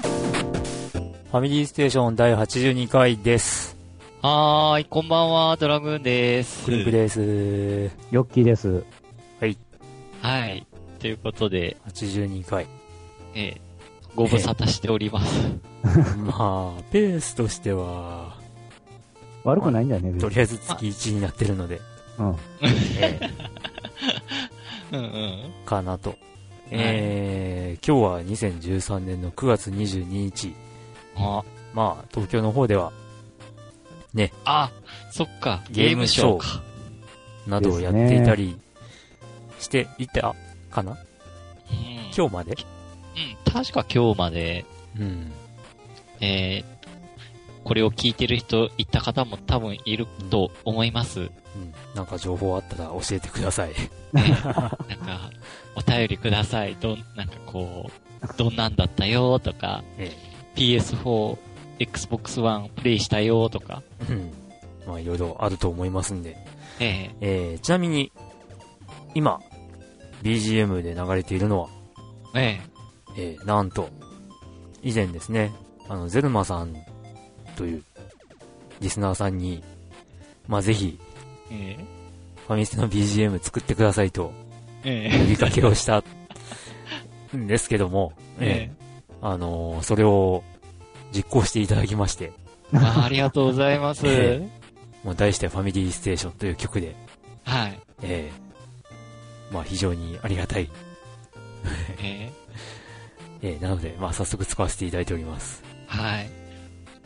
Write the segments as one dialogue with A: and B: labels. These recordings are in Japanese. A: ファミリーステーション第82回です。
B: はーい、こんばんは、ドラグーンです。
A: クリンクです。
C: ヨッキーです。
B: はい。ということで、
A: 82回。
B: えーご無沙汰しております。
A: まあ、ペースとしては、
C: 悪くないんだよね、
A: と
C: 別に
A: りあえず月1になってるので、
C: うん。
A: ええ
B: うんうん。
A: かなと。えー、今日は2013年の9月22日。
B: あ、
A: まあ、東京の方では、
B: あ、そっか、
A: ゲ
B: ゲ
A: ー
B: ー
A: ム
B: ム
A: シ
B: シ
A: ョー
B: ョーか。
A: などをやっていたりしていたかな、
B: うん
A: 今日まで
B: うん、確か今日まで、
A: うん。
B: えーこれを聞いてる人、行った方も多分いると思います。
A: うん。なんか情報あったら教えてください。
B: なんか、お便りください。どん、なんかこう、どんなんだったよとか、
A: え
B: PS4、Xbox One プレイしたよとか、
A: うん。まあ、いろいろあると思いますんで。
B: え
A: えー、ちなみに、今、BGM で流れているのは、
B: ええ
A: えー、なんと、以前ですね、あの、ゼルマさんというリスナーさんに、まあ、ぜひ、
B: えええ
A: ファミステの BGM 作ってくださいと
B: え
A: 呼びかけをしたんですけども、え
B: え
A: ーあのーそれを実行していただきまして、
B: えまあ、ありがとうございます。
A: えもう題してファミリーステーションという曲で、
B: はい。
A: えーまあ、非常にありがたい
B: え
A: えーなので、まあ、早速使わせていただいております。
B: えはい。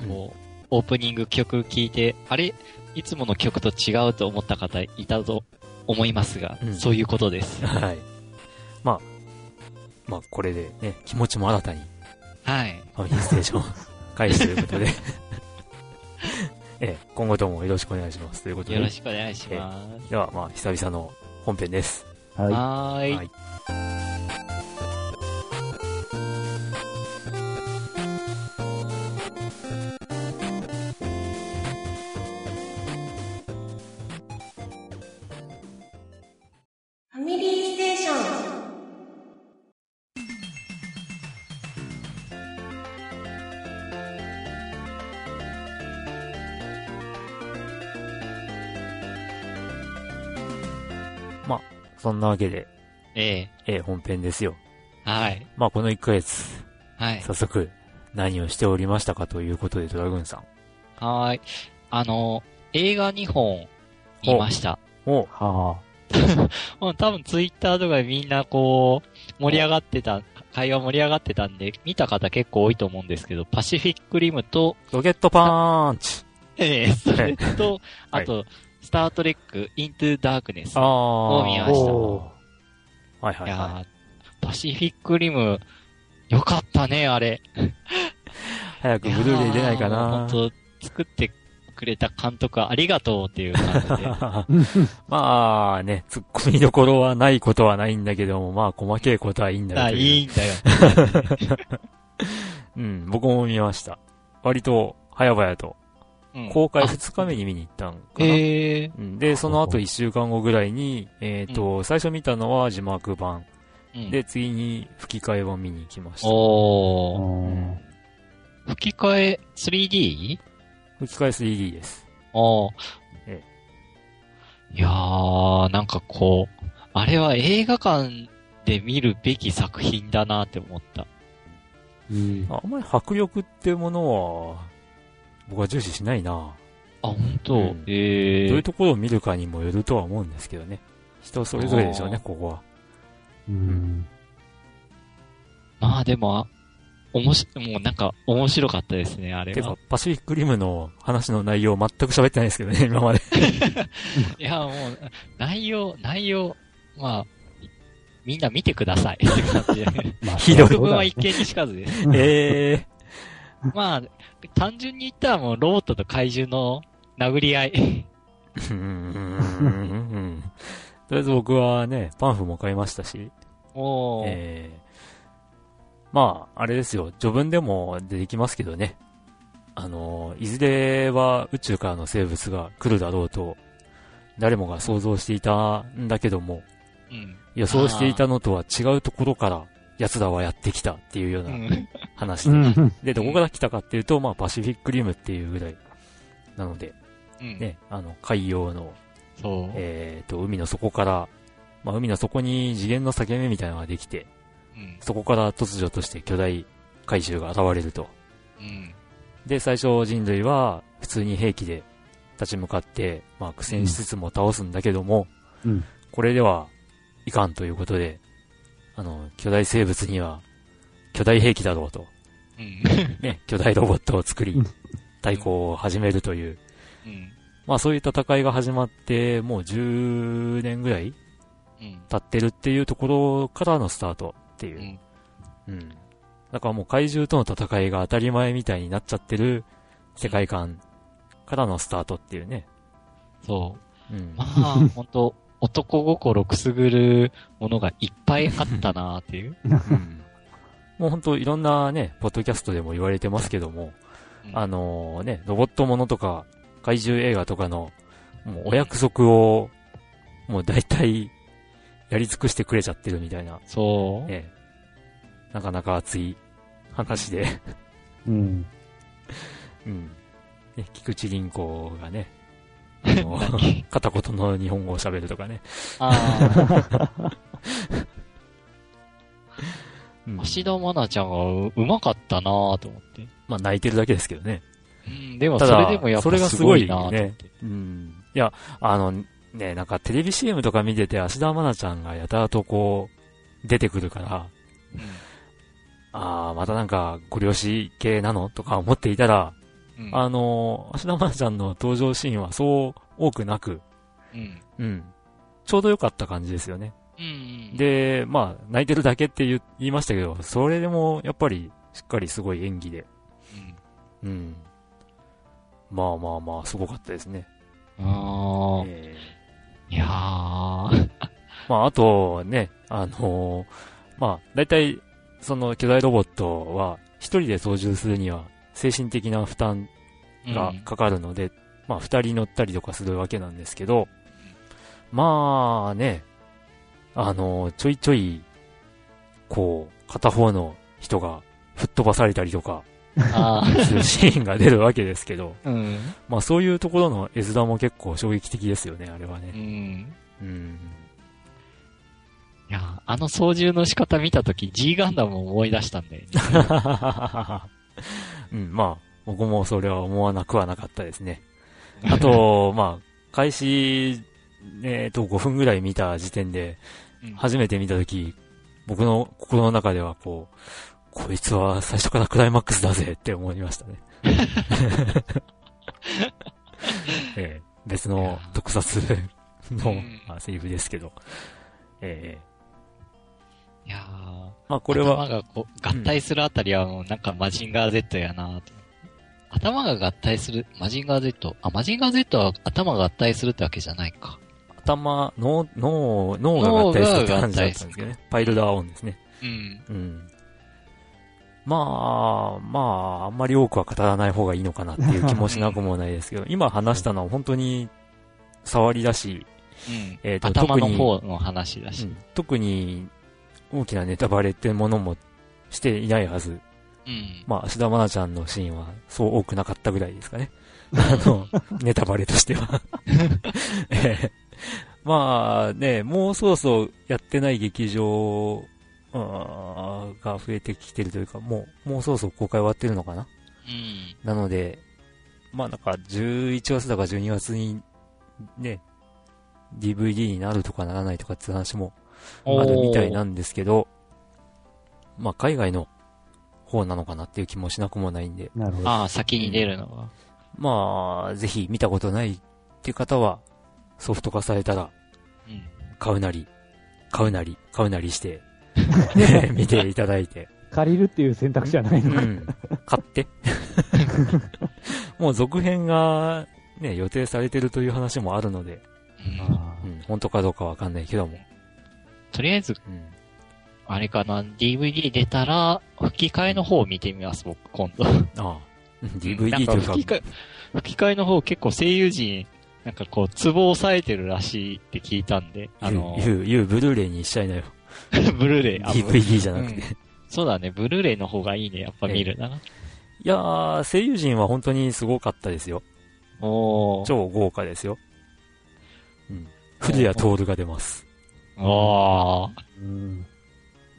A: うん
B: もう、オープニング曲聴いて、あれいつもの曲と違うと思った方いたと思いますが、
A: うん
B: そういうことです。
A: はい。まあ、まあ、これでね、気持ちも新たに、
B: はい。
A: ファミリーステーション開始ということで、 えー今後ともよろしくお願いします。ということで、
B: よろしくお願いします。
A: では、まあ、久々の本編です。
C: は
B: はーい。
A: はい
D: ファミリーステーション。
A: そんなわけで、
B: え
A: えー本編ですよ。
B: えはい。
A: まあ、この1ヶ月、
B: はい。
A: 早速、何をしておりましたかということで、ドラグーンさん。
B: はーい。あの、映画2本見ました。
A: お
C: い。は
B: うん、多分ツイッターとかでみんなこう、盛り上がってた、会話盛り上がってたんで、見た方結構多いと思うんですけど、パシフィックリムと、
A: ロケットパーンチ
B: ええそれと、
A: はい
B: あと、スタートレック、イントゥダークネス。
A: あ
B: い
A: あ
B: を見
C: あ。
B: ました
C: おー
A: はいはいはい。
B: やーパシフィックリム、よかったね、あれ。
A: 早くブルーレイ出ないか
B: やー
A: な。
B: 本当作ってくれた監督ありがとうっていう感 じで。
A: まあね、突っ込みどころはないことはないんだけども、まあ細けいことはいいんだよ
B: あ、
A: という
B: いい んだよ。
A: うん、僕も見ました。割と、早々と、
B: うん
A: 公開2日目に見に行ったんか
B: あ
A: な。
B: え
A: うんで、その後1週間後ぐらいに、えっ、と、最初見たのは字幕版。
B: ーうん
A: で、次に吹き替えを見に行きました。
B: おー。
A: うん
C: お
B: 吹き替え 3D?
A: 吹き替え 3D です。
B: おー
A: え
B: いやー、なんかこう、あれは映画館で見るべき作品だなって思った。
C: ー。
A: ああんまり迫力ってものは、僕は重視しないな。
B: あ、本当、
A: うん
B: ええ
A: どういうところを見るかにもよるとは思うんですけどね。人それぞれでしょうね
B: あ、
A: ここは。
C: うん。
B: まあでも、あおもし、もうなんか面白かったですね、あれ
A: て
B: は
A: か。、パシフィックリムの話の内容全く喋ってないですけど ね、今まで。
B: いや、もう、内容、内容、まあ、みんな見てく ださい。って感じで。
C: まあ
A: ひどい
B: 僕
C: そうだ
B: は
C: ね
B: 一見にしかずです。
A: え
B: まあ、単純に言ったらもうロボットと怪獣の殴り合い。
A: えー。うんうんうんうんとりあえず僕はね、パンフも買いましたし、
B: おー、
A: えーまあ、あれですよ、序文でも出てきますけどね、あのー、いずれは宇宙からの生物が来るだろうと、誰もが想像していたんだけども、
B: うん。
A: 予想していたのとは違うところから、奴らはやってきたっていうよう
B: う。
A: なん話
C: う
A: で、
C: ん。
A: で、どこから来たかっていうと、まあ、パシフィックリムっていうぐらい、なので、
B: うん。
A: ね、あの、海洋の、
B: そう。
A: えっ、と、海の底から、まあ、海の底に次元の裂け目みたいなのができて、
B: うん。
A: そこから突如として巨大怪獣が現れると。
B: うん。
A: で、最初人類は普通に兵器で立ち向かって、まあ苦戦しつつも倒すんだけども、
C: うん
A: これではいかんということで、あの、巨大生物には巨大兵器だろうと、
B: うん。
A: ね、巨大ロボットを作り
C: うん、
A: 対抗を始めるという、
B: うん。
A: まあそういう戦いが始まって、もう10年ぐらい
B: うん。
A: 立ってるっていうところからのスタートっていうう。う
B: ん。
A: ん。だからもう怪獣との戦いが当たり前みたいになっちゃってる世界観からのスタートっていうね。
B: そ
A: う
B: う。
A: ん
B: まあ、本当男心くすぐるものがいっぱいあったなっていう。
A: うんもうほんといろんなね、ポッドキャストでも言われてますけども、
B: うん
A: あのね、ロボットものとか怪獣映画とかのもうお約束をもう大体やり尽くしてくれちゃってるみたいな、
B: そう。
A: ね、なかなか熱い話で、
C: うん。
A: うん。ね、菊池凛子がね、あの片言の日本語を喋るとかね。
B: あ
A: うん
B: あ、芦田愛菜ちゃんがううまかったなと思って。
A: まあ泣いてるだけですけどね。
B: うん、でも
A: た
B: そ
A: だ
B: れでもやっ
A: それが
B: ぱ
A: す
B: す
A: ご
B: ご
A: い
B: い
A: ね
B: なと思って。
A: うん。いや、あの、ね、なんかテレビ CM とか見てて、芦田愛菜ちゃんがやたらとこう、出てくるから、ああ、またなんか、ご両親系なのとか思っていたら、
B: うんうん
A: あの、芦田愛菜ちゃんの登場シーンはそう多くなく、
B: うん
A: うん。ちょうど良かった感じですよね。
B: うん、
A: で、まあ、泣いてるだけって言う言いましたけど、それでも、やっぱり、しっかりすごい演技で、
B: うん
A: うん。まあまあまあ、すごかったですね。
B: あー
A: え
B: いやー、
A: ーまあ、あと、ね、あのーまあ、大体、その巨大ロボットは、一人で操縦するには、精神的な負担がかかるので、まあ、二人乗ったりとかするわけなんですけど、まあね、あの、ちょいちょい、こう、片方の人が吹っ飛ばされたりとか
B: うんあー
A: するシーンが出るわけですけど、
B: うん、
A: まあ そういうところの絵面も結構衝撃的ですよね、あれは
B: う
A: ね。
B: ん。
A: うん。
B: いやーあの操縦の仕方見たとき G ガンダムを思い出したんだよね。
A: うん、まあ、僕もそれは思わなくはなかったですね。あと、まあ、開始、えっと、5分ぐらい見た時点で、
B: うん
A: 初めて見たとき、僕の心の中ではこう、こいつは最初からクライマックスだぜって思いま したね。ええ別の特撮の、
B: うん
A: まあ、セリフですけど。ええ
B: いやー、
A: まあこれは、
B: 頭がこう合体するあたりはもうなんかマジンガー Z やなと、頭が合体する、マジンガー Z。あ、マジンガー Z は頭が合体するってわけじゃないか。
A: 頭、脳、脳、脳が合体するって感じだったんですけどね。パイルダーオンですね。
B: うん。
A: うん。まあ、まあ、あんまり多くは語らない方がいいのかなっていう気もしなくもないです けど、今話したのは本当に触りだし、
B: うん。
A: えーと
B: 頭の
A: 特に
B: 方の話だし。
A: 特に大きなネタバレってものもしていないはず。
B: うん。
A: まあ、芦田愛菜ちゃんのシーンはそう多くなかったぐらいですかね。あ の、ネタバレとしては、 ええまあね、もうそろそろやってない劇場うんが増えてきてるというか、もう、もうそろそろ公開終わってるのかな
B: うん。
A: なので、まあなんか11月だか12月にね、DVD になるとかならないとかって話も
B: おー
A: あるみたいなんですけど、まあ海外の方なのかなっていう気もしなくもないんで、
C: なるほど。
B: ああ、先に出るのは。
A: まあぜひ見たことないっていう方はソフト化されたら
B: うん。
A: 買うなり、買うなり、 買うなりして、ね見ていただいて、
C: 借りるっていう選択肢はないの
A: う
C: か。
A: ん、買って。もう続編がね、予定されてるという話もあるので、
B: うん
C: あ
A: うん、本当かどうかわかんないけども。
B: とりあえず、
A: うん。
B: あれかな、DVD 出たら、吹き替えの方を見てみます、僕、今度。
A: ああ。うん
B: なん
A: DVD
B: か
A: というか、
B: 吹き替え、吹き替えの方結構声優陣、なんかこう、ツボを押さえてるらしいって聞いたんで、あの、
A: ゆう、ゆう、ブルーレイにしちゃいなよ。
B: ブルーレイ、あ
A: DVD じゃなくて。
B: うん
A: い
B: そうだね、ブルーレイの方がいいね、やっぱ見るなら。
A: やー、声優陣は本当にすごかったですよ。
B: おー。
A: 超豪華ですよ。うん。古谷徹が出ます。
B: おー。
C: うん。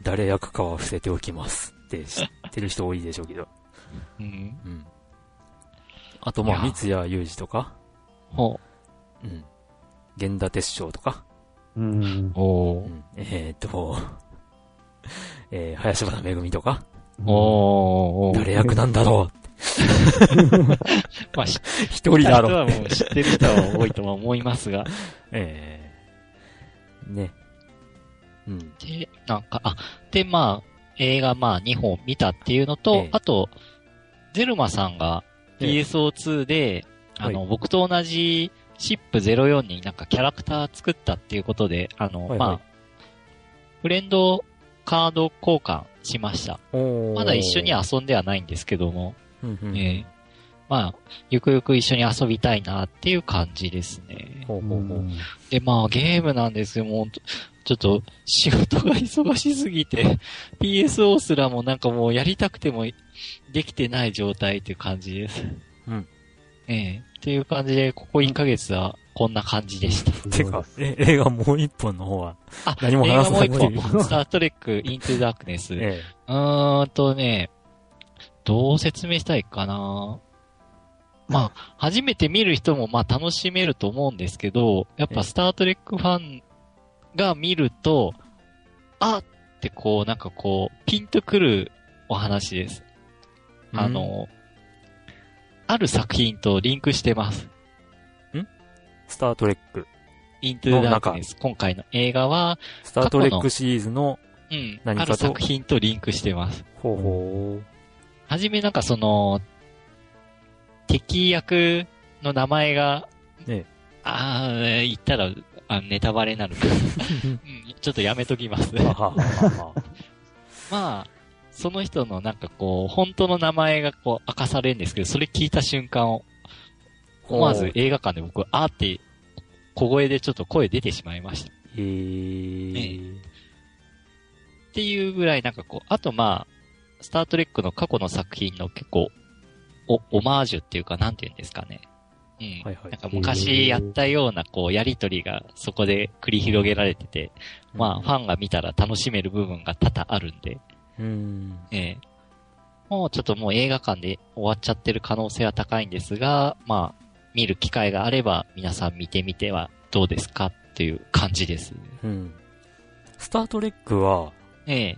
A: 誰役かは伏せておきます。って知ってる人多いでしょうけど。
B: うん。
A: うん。あと、まあ、
B: いや
A: 三谷裕二とか、
B: ほ
A: うん。源田鉄章とか、
C: うん
B: う。。お
A: う
B: ー。
A: ん、えーっと、 えー、林原めぐみとか、
B: おー。
A: 誰役なんだろう
B: まあ、知っ
A: 一
B: て
A: 人
B: る人
A: だ ろう
B: はもう知ってる人は多いとは思いますが。
A: ええね。うん。
B: で、なんか、あ、で、まあ、映画、まあ、2本見たっていうのと、
A: ええ
B: あと、ゼルマさんが PSO2 で、あの、
A: は
B: 僕と同じシップ04になんかキャラクター作ったっていうことで、あ
A: は
B: の、
A: いはい
B: まあ、フレンドカード交換しました。まだ一緒に
A: は、
B: 遊んではないんですけども、
A: うんうん
B: ええまあ、ゆくゆく一緒に遊びたいなっていう感じですね。
A: ほうほうほう。
B: で、まあゲームなんですよ、もう、ちょっと仕事が忙しすぎて、PSO すらもなんかもうやりたくてもできてない状態っていう感じです。
A: うん。
B: ええ。っていう感じで、ここ1ヶ月はこんな感じでした。
A: てか、え映画もう一本の方は、
B: あ、
A: 何も話さない
B: 映画もう一
A: っ
B: 本。スタートレック、イントゥダークネス。う
A: え
B: ーんとね、どう説明したいかなまあ、初めて見る人もまあ楽しめると思うんですけど、やっ
A: ええ
B: ぱスタートレックファンが見ると、あってこう、なんかこう、ピンとくるお話です。
A: え
B: あ、の、ある作品とリンクしてます。
A: スタートレック。
B: イントゥダークです。今回の映画は、
A: スタートレックシリーズの、
B: うん、
A: 何
B: あ
A: かと
B: る作品とリンクしてます。
A: ほうほ
B: はじめなんかその、敵役の名前が、
A: ええ
B: ああ、言ったら、あネタバレに なるから、うんちょっとやめときます。
A: う。ははははは。
B: まあ、その人のなんかこう、本当の名前がこう明かされるんですけど、それ聞いた瞬間を、思わず映画館で僕、あーって、小声でちょっと声出てしまいました。
A: えー。
B: っていうぐらいなんかこう、あとまあ、スタートレックの過去の作品の結構、お、オマージュっていうか、なんて言うんですかね。うん。
A: はいはい
B: なんか昔やったような、こう、やりとりがそこで繰り広げられてて、まあ、ファンが見たら楽しめる部分が多々あるんで、
A: うん。
B: ええもうちょっともう映画館で終わっちゃってる可能性は高いんですが、まあ、見る機会があれば、皆さん見てみてはどうですかっていう感じです。
A: うん。スタートレックは、
B: ええ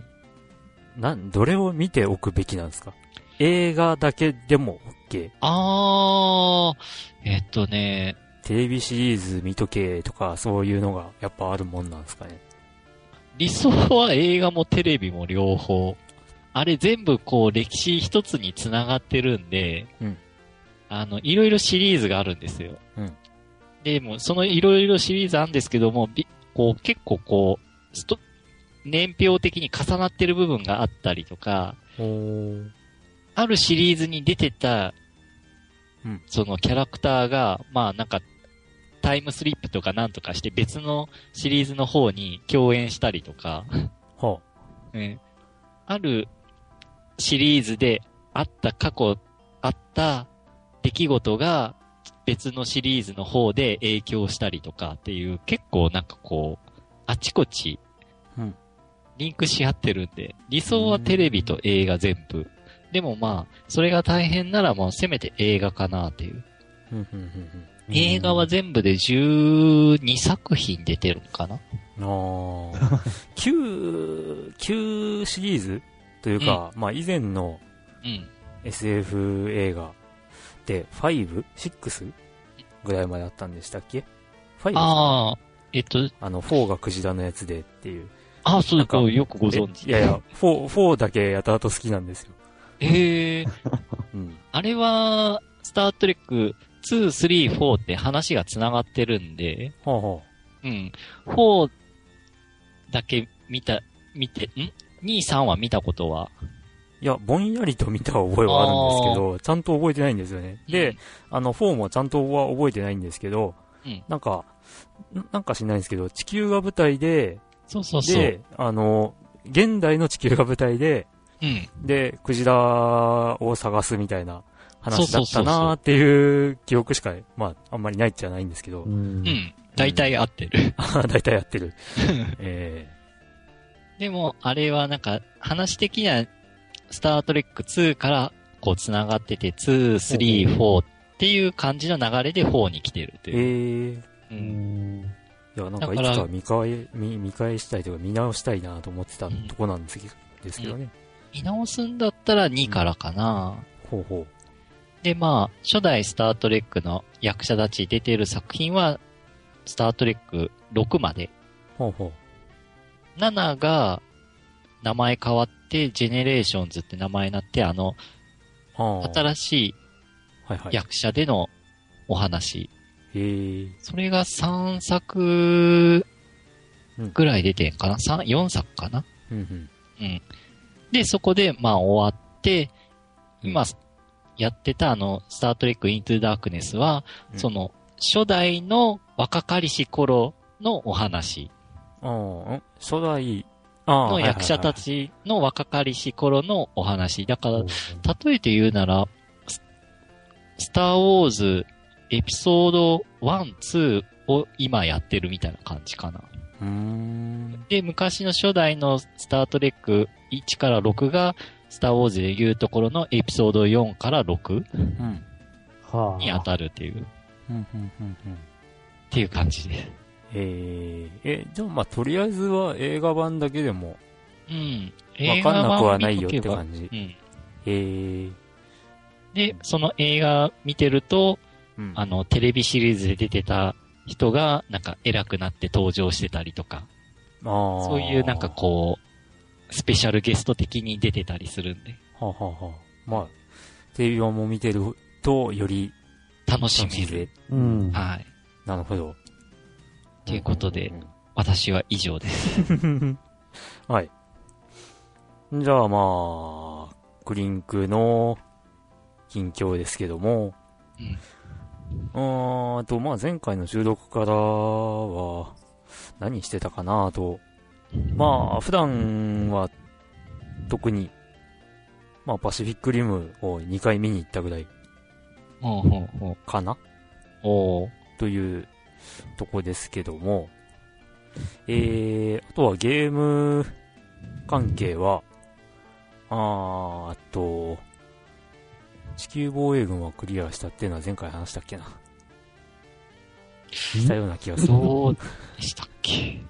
A: なん、どれを見ておくべきなんですか映画だけでも OK。
B: あー、えっとね、
A: テレビシリーズ見とけとか、そういうのがやっぱあるもんなんですかね。
B: 理想は映画もテレビも両方。あれ全部こう歴史一つに繋がってるんで、
A: うん
B: あの、いろいろシリーズがあるんですよ。
A: うん
B: でも、そのいろいろシリーズあるんですけども、びこう結構こう、スト、年表的に重なってる部分があったりとか、
A: ほ
B: あるシリーズに出てた、
A: うん
B: そのキャラクターが、まあなんか、タイムスリップとかなんとかして別のシリーズの方に共演したりとか、
A: は
B: ねあるシリーズであった過去、あった出来事が別のシリーズの方で影響したりとかっていう、結構なんかこう、あちこち
A: うん、
B: リンクし合ってるんで、理想はテレビと映画全部。でもまあ、それが大変ならもうせめて映画かなっていう。
A: うんうんうん
B: 映画は全部で12作品出てるのかな
A: うん。あ あ。旧、旧シリーズというか、まあ以前の
B: うん。
A: SF 映画で 5?6? ぐらいまであったんでしたっけ ?5? あ
B: ああ、えっと、
A: あの、4がクジラのやつでっていう。
B: ああ、そう
A: なんか
B: よくご存知。
A: えいやいや、4、4だけやたらと好きなんですよ。
B: ええ
A: うん。
B: あれは、スタートレック2、3、4って話が繋がってるんで、
A: はあはあ。
B: うん。4だけ見た、見て、ん ?2、3は見たことはい
A: や、ぼんやりと見た覚えはあるんですけど、ちゃんと覚えてないんですよね。で、、あの、4もちゃんとは覚えてないんですけど、
B: うん
A: なんか、んなんか知らないんですけど、地球が舞台で、
B: そうそうそう。
A: で、あの、現代の地球が舞台で、
B: うん。
A: で、クジラを探すみたいな話だ
B: そう
A: っ
B: そ
A: た
B: うそうそう
A: なーっていう記憶しか、まあ、あんまりないっちゃないんですけど
C: う、。
B: うんん。大体合ってる。
A: 大体やって る。え
B: でも、あれはなんか、話的には、スタートレック2から、こう、繋がってて、2、3、4っていう感じの流れで4に来てると
A: ー、
B: いう。
A: えー、
B: う
C: うん
A: い
C: ん。
A: や、なんかい
B: だから
A: つか見返、見見返したいというか見直したいなと思ってた
B: うん
A: とこなんですけど,、ですけどね。
B: 見直すんだったら2からかな。
A: ほうほ
B: で、まあ、初代スタートレックの役者たち出てる作品は、スタートレック6まで。
A: う。ほうほう。
B: 7が、名前変わって、ジェネレーションズって名前になって、あの、
A: あー
B: 新しい
A: はいはい。
B: 役者でのお話。
A: えー、
B: それが3作
A: うん
B: ぐらい出てんかな ?3、4作かな
A: うんうん。
B: うん。で、そこで、まあ終わって、
A: うん
B: 今、やってたあの、スタートレックイントゥダークネスは、
A: うん
B: その、初代の若かりし頃のお話
A: あーん初代、あー
B: の役者た。ちの若かりし頃のお話。だから、例えて言うなら、ススターウォーズエピソード1、2を今やってるみたいな感じかな。
A: はいはいはいうーん。
B: で、昔の初代のスタートレック1から6が、スターウォーズで言うところのエピソード4から6
A: うん。
C: はあ。
B: に当たるっていう、っ
A: うんうんうんうん。
B: ていう感じで。
A: えー、え、じゃあまあとりあえずは映画版だけでも
B: うん。
A: わかんなくはないよっ
B: 映
A: て
B: 画版
A: 感じ
B: 見と。けばうん。
A: えー、
B: で、その映画見てると、
A: うん。
B: あの、テレビシリーズで出てた人が、なんか偉くなって登場してたりとか、
A: あー
B: そういうなんかこう、スペシャルゲスト的に出てたりするんで、
A: はあはあはあ。まあ、テレビ版も見てると、より
B: 楽し
A: 楽し
B: み
A: みで
B: る。。
C: うん。
B: はい。
A: なるほど。
B: ということで私は以上です。
A: はい。じゃあまあ、クリンクの近況ですけども、
B: うん。
A: うーんと、まあ前回の収録からは、何してたかなと。まあ、普段は、特に、まあパシフィックリムを2回見に行ったぐらい
B: ほうほうほう。
A: かな
B: おー
A: というとこですけども、えー、あとはゲーム関係は、あーあと、地球防衛軍はクリアしたっていうのは前回話したっけな。したような気がする。
B: そうでしたっけ。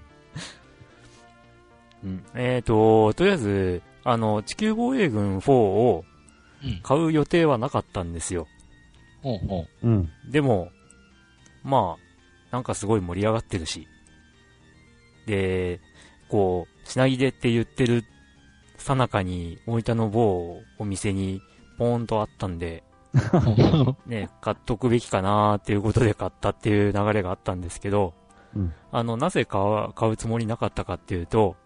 A: うん、えーと、とりあえず、あの、地球防衛軍4を
B: うん。
A: 買う予定はなかったんですよ。
B: ほうほ
C: うん。
A: でも、まあ、なんかすごい盛り上がってるし。で、こう、品切れって言ってるさなかに、大分の某お店に、ポーンとあったんで、
B: う。ほうほう
A: ね、買っとくべきかなーっていうことで買ったっていう流れがあったんですけど、
C: うん
A: あの、なぜ買わ買うつもりなかったかっていうと、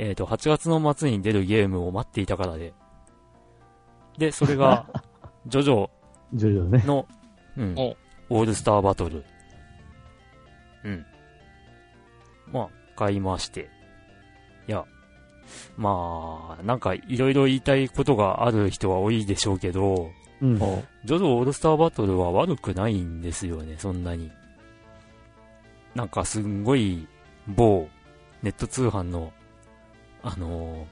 A: えっ、と、8月の末に出るゲームを待っていたからで、で、それが、 ジョジョ
C: ジョジョね。
A: の、うん、
B: お
A: オールスターバトル。うん。まあ、買いまして。いや、まあ、なんかいろいろ言いたいことがある人は多いでしょうけど、
C: うん。
B: ほ
A: ジョジョオールスターバトルは悪くないんですよね、そんなに。なんかすんごい某ネット通販の、あのー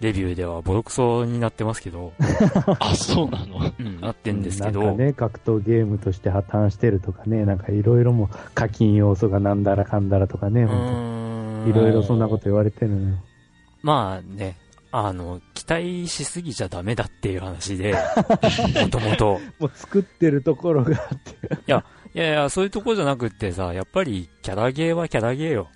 A: レビューではボロクソになってますけど、
B: う あ、そうなの。
A: うん、なってんですけど、
C: なんかね、格闘ゲームとして破綻してるとかね、なんかいろいろもう課金要素がなんだらかんだらとかね、
A: う
C: 本
A: ー
C: 当
A: ん
C: にいろいろそんなこと言われてるのよ。
A: まあね、あの、期待しすぎちゃダメだっていう話 で、もともと。
C: もう作ってるところがあって。
A: いやいや、そういうとこじゃなくってさ、やっぱりキャラゲーはキャラゲーよ。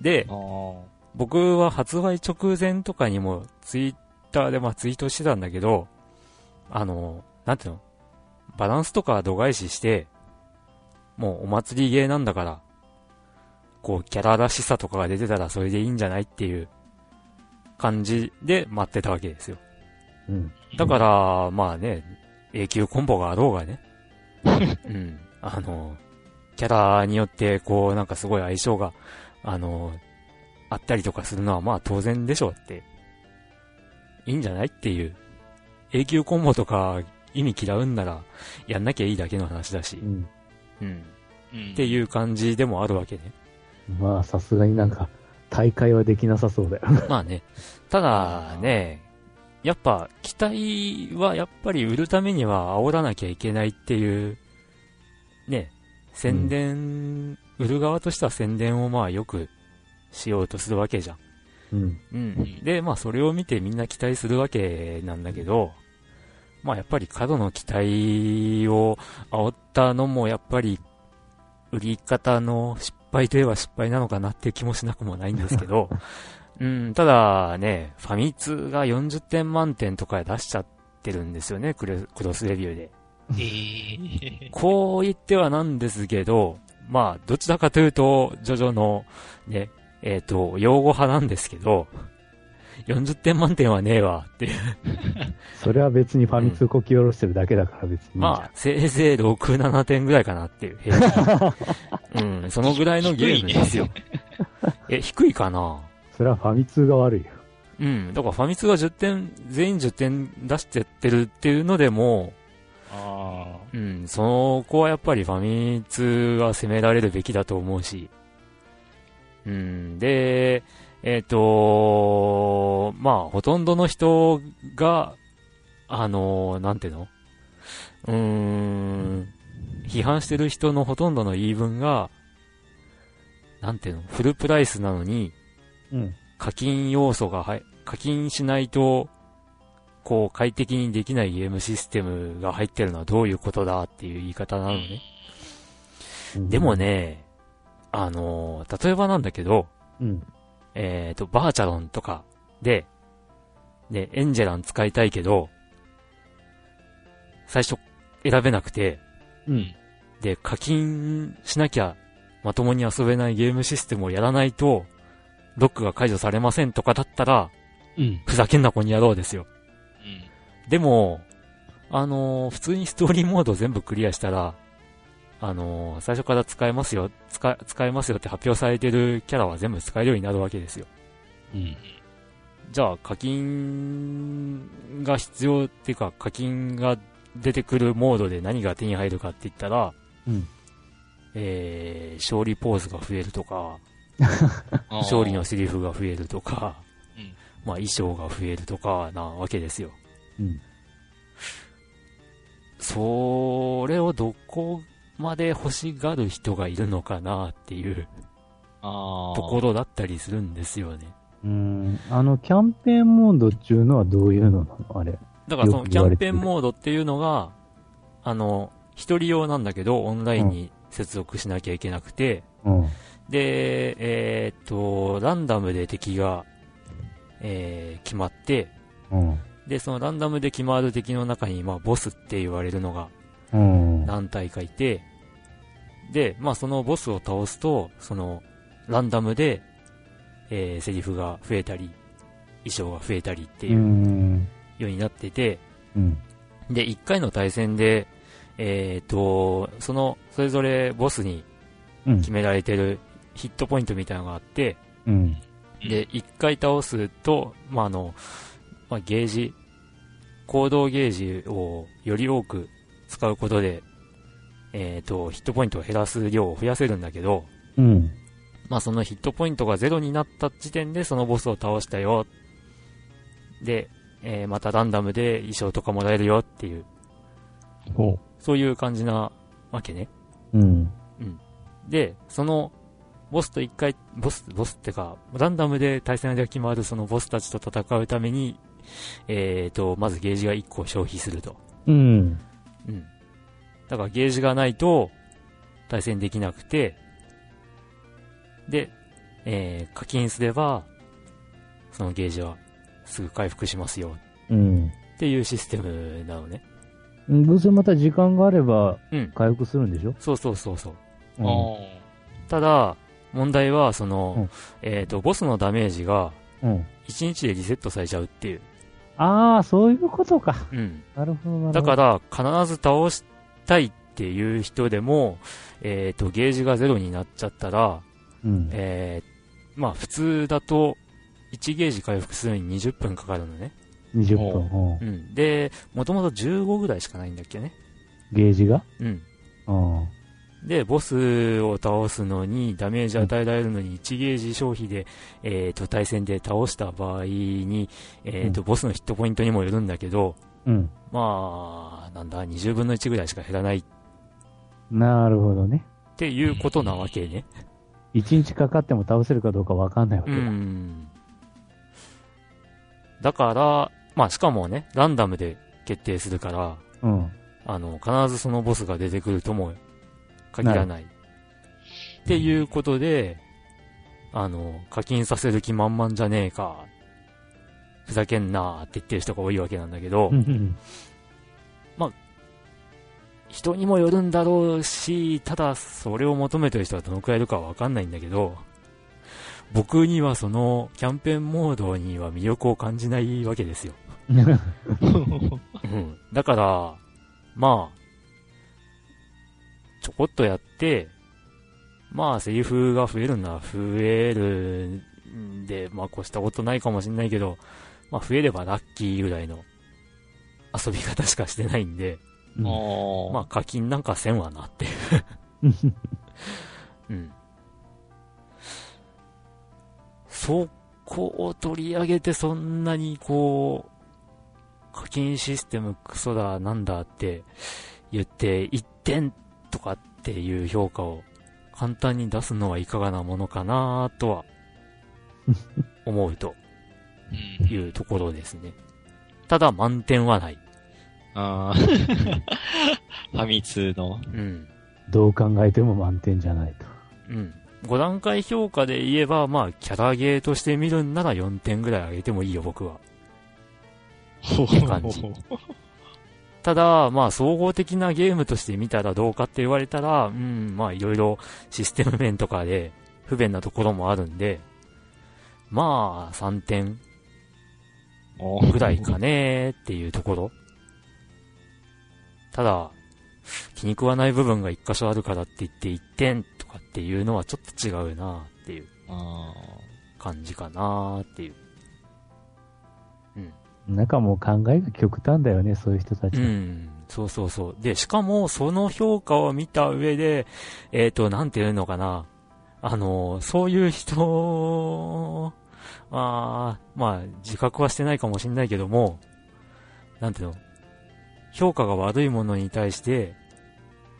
A: で、
B: あ
A: 僕は発売直前とかにもツイッターでまあツイートしてたんだけど、あの、なんていうのバランスとか度外視して、もうお祭りゲーなんだから、こう、キャラらしさとかが出てたらそれでいいんじゃないっていう感じで待ってたわけですよ。
C: うん。
A: だから、まあね、永久コンボがあろうが ね。うん。あの、キャラによって、こう、なんかすごい相性が、あの、あったりとかするのは、まあ当然でしょうって。いいんじゃないっていう。永久コンボとか、意味嫌うんなら、やんなきゃいいだけの話だし
C: う。ん。
A: うん。
B: うん
A: っていう感じでもあるわけね。
C: まあ、さすがになんか、大会はできなさそうだよ。
A: まあね。ただね、やっぱ期待はやっぱり売るためには煽らなきゃいけないっていう、ね、宣伝、売る側としては宣伝をまあよくしようとするわけじゃん。
C: うん。
A: う
B: うん
A: ん。で、まあそれを見てみんな期待するわけなんだけど、まあやっぱり過度の期待を煽ったのもやっぱり売り方の失敗といえば失敗なのかなっていう気もしなくもないんですけど、うん、ただね、ファミ通が40点満点とか出しちゃってるんですよね、クレクロスレビューで。
B: えー
A: こう言ってはなんですけど、まあ、どちらかというと、ジョジョの、ね、えっ、と、用語派なんですけど、40点満点はねえわっていう。
C: それは別にファミ通こき下ろしてるだけだから別にいいじゃん。
A: まあ、せいぜい6、7点ぐらいかなっていう。平均うん、そのぐらいのゲームですよ。え、低いかな
C: それはファミ通が悪いよ。
A: うん、だからファミ通が10点、全員10点出してってるっていうのでも、
B: あ
A: うん、そこはやっぱりファミ通は責められるべきだと思うし。うん、で、えっ、と、まあ、ほとんどの人が、あの、なんていうのうーん、批判してる人のほとんどの言い分が、なんていうのフルプライスなのに、
C: うん。
A: 課金要素が入、課金しないと、こう快適にできないゲームシステムが入ってるのはどういうことだっていう言い方な
B: あ。
A: のね。でも。ね、あのー、例えばなんだけど、
C: うん。
A: えっ、と、バーチャロンとかで、で、エンジェラン使いたいけど、最初選べなくて、
C: うん。
A: で、課金しなきゃまともに遊べないゲームシステムをやらないと、ロックが解除されませんとかだったら、
B: うん。
A: ふざけんなこに野郎ですよ。でも、あのー普通にストーリーモード全部クリアしたら、あのー最初から使えますよ、使え、使えますよって発表されてるキャラは全部使えるようになるわけですよ。
B: うん。
A: じゃあ、課金が必要っていうか、課金が出てくるモードで何が手に入るかって言ったら、
C: うん
A: えー、勝利ポーズが増えるとか、
B: あー
A: 勝利の。セリフが増えるとか、
B: うん
A: まあ衣装が増えるとかなわけですよ。
C: うん。
A: それをどこまで欲しがる人がいるのかなっていう
B: ああ。
A: ところだったりするんですよね。
C: うん。あの、キャンペーンモードっていうのはどういうのなのあれ。
A: だからそ
C: よ
A: の
C: く
A: キ
C: 言わ
A: ャン
C: れて
A: ペー
C: る
A: ンモードっていうのが、あの、一人用なんだけど、オンラインに接続しなきゃいけなくて、
C: うん。
A: で、えーっと、ランダムで敵が、えー決まって、
C: うん。
A: で、そのランダムで決まる敵の中に、まあ、ボスって言われるのが
C: うん。
A: 何体かいて、で、まあそのボスを倒すと、その、ランダムで、えーセリフが増えたり、衣装が増えたりって
C: う
A: いうよ
C: ん。
A: うになってて、
C: うん。
A: で、1回の対戦で、えっ、と、その、それぞれボスに
C: うん
A: 決められてるヒットポイントみたいなのがあって、
C: うん。
A: で、1回倒すと、まああの、まあ、ゲージ、行動ゲージをより多く使うことで、えっ、と、ヒットポイントを減らす量を増やせるんだけど、
C: うん。
A: まあそのヒットポイントがゼロになった時点でそのボスを倒したよ。で、えーまたランダムで衣装とかもらえるよっていう、
C: ほ
A: そういう感じなわけね。
C: う。うん。
A: で、その、ボスと一回、ボス、ボスってか、ランダムで対戦が決まるそのボスたちと戦うために、えーと、まずゲージが1個消費すると。
C: うん。
A: うん。だからゲージがないと、対戦できなくて、で、えー課金すれば、そのゲージはすぐ回復しますよ
C: うん。
A: っていうシステムなのね。
C: どうせまた時間があれば
A: うん、
C: 回復するんでしょ
A: そうそうそうそう。
B: あー
A: ただ、問題は、その、
C: うん
A: えっ、と、ボスのダメージが
C: うん。
A: 1日でリセットされちゃうっていう。
C: ああ、そういうことか。
A: うん。
C: なるほど、なるほど。
A: だから、必ず倒したいっていう人でも、えっ、と、ゲージがゼロになっちゃったら、
C: うん、
A: えーまあ、普通だと、1ゲージ回復するのに20分かかるのね。
C: 20分、うん
A: うん。で、もともと15ぐらいしかないんだっけね。
C: ゲージが
A: うん。
C: うん。
A: で、ボスを倒すのに、ダメージ与えられるのに、1ゲージ消費で、えっ、と、対戦で倒した場合に、えっ、と、ボスのヒットポイントにもよるんだけど、
C: うん。
A: まあ、なんだ、20分の1ぐらいしか減らないっ
C: なるほどね。
A: ていうことなわけね。
C: 1日かかっても倒せるかどうかわかんないわけ
A: う
C: だ。
A: ん。だから、まあ、しかもね、ランダムで決定するから、
C: うん。
A: あの、必ずそのボスが出てくるとも限らない。っていうことで、あの、課金させる気満々じゃねえか。ふざけんなーって言ってる人が多いわけなんだけど、
C: うん。
A: 人にもよるんだろうし、ただそれを求めてる人はどのくらいいるかわかんないんだけど、僕にはそのキャンペーンモードには魅力を感じないわけですよ。 うん。だから、まあ、ちょこっとやって、まあ、セリフが増えるなら増えるんで、まあ、こうしたことないかもしんないけど、まあ、増えればラッキーぐらいの遊び方しかしてないんで、
B: おー
A: まあ、課金なんかせんわなっていう。うん。そこを取り上げてそんなにこう、課金システムクソだなんだって言って1点とかっていう評価を簡単に出すのはいかがなものかなとは思うと
B: うん
A: いうところですね。ただ満点はない。
B: あー ファミ通の。
A: うん。
C: どう考えても満点じゃないと。
A: うん。5段階評価で言えば、まあ、キャラゲーとして見るんなら4点ぐらい上げてもいいよ、僕は。
B: ほ
A: 感 じただ、まあ、総合的なゲームとして見たらどうかって言われたら、うん、まあ、いろいろシステム面とかで不便なところもあるんで、まあ、3点ぐらいかねーっていうところ。ただ、気に食わない部分が1箇所あるからって言って1点とかっていうのはちょっと違うなっていう
B: あ
A: 感じかなっていう。
C: なんかもう考えが極端だよね、そういう人たち。
A: うん、そうそうそう。で、しかも、その評価を見た上で、えっ、と、なんていうのかな。あの、そういう人、あーまあ、自覚はしてないかもしれないけども、なんていうの、評価が悪いものに対して、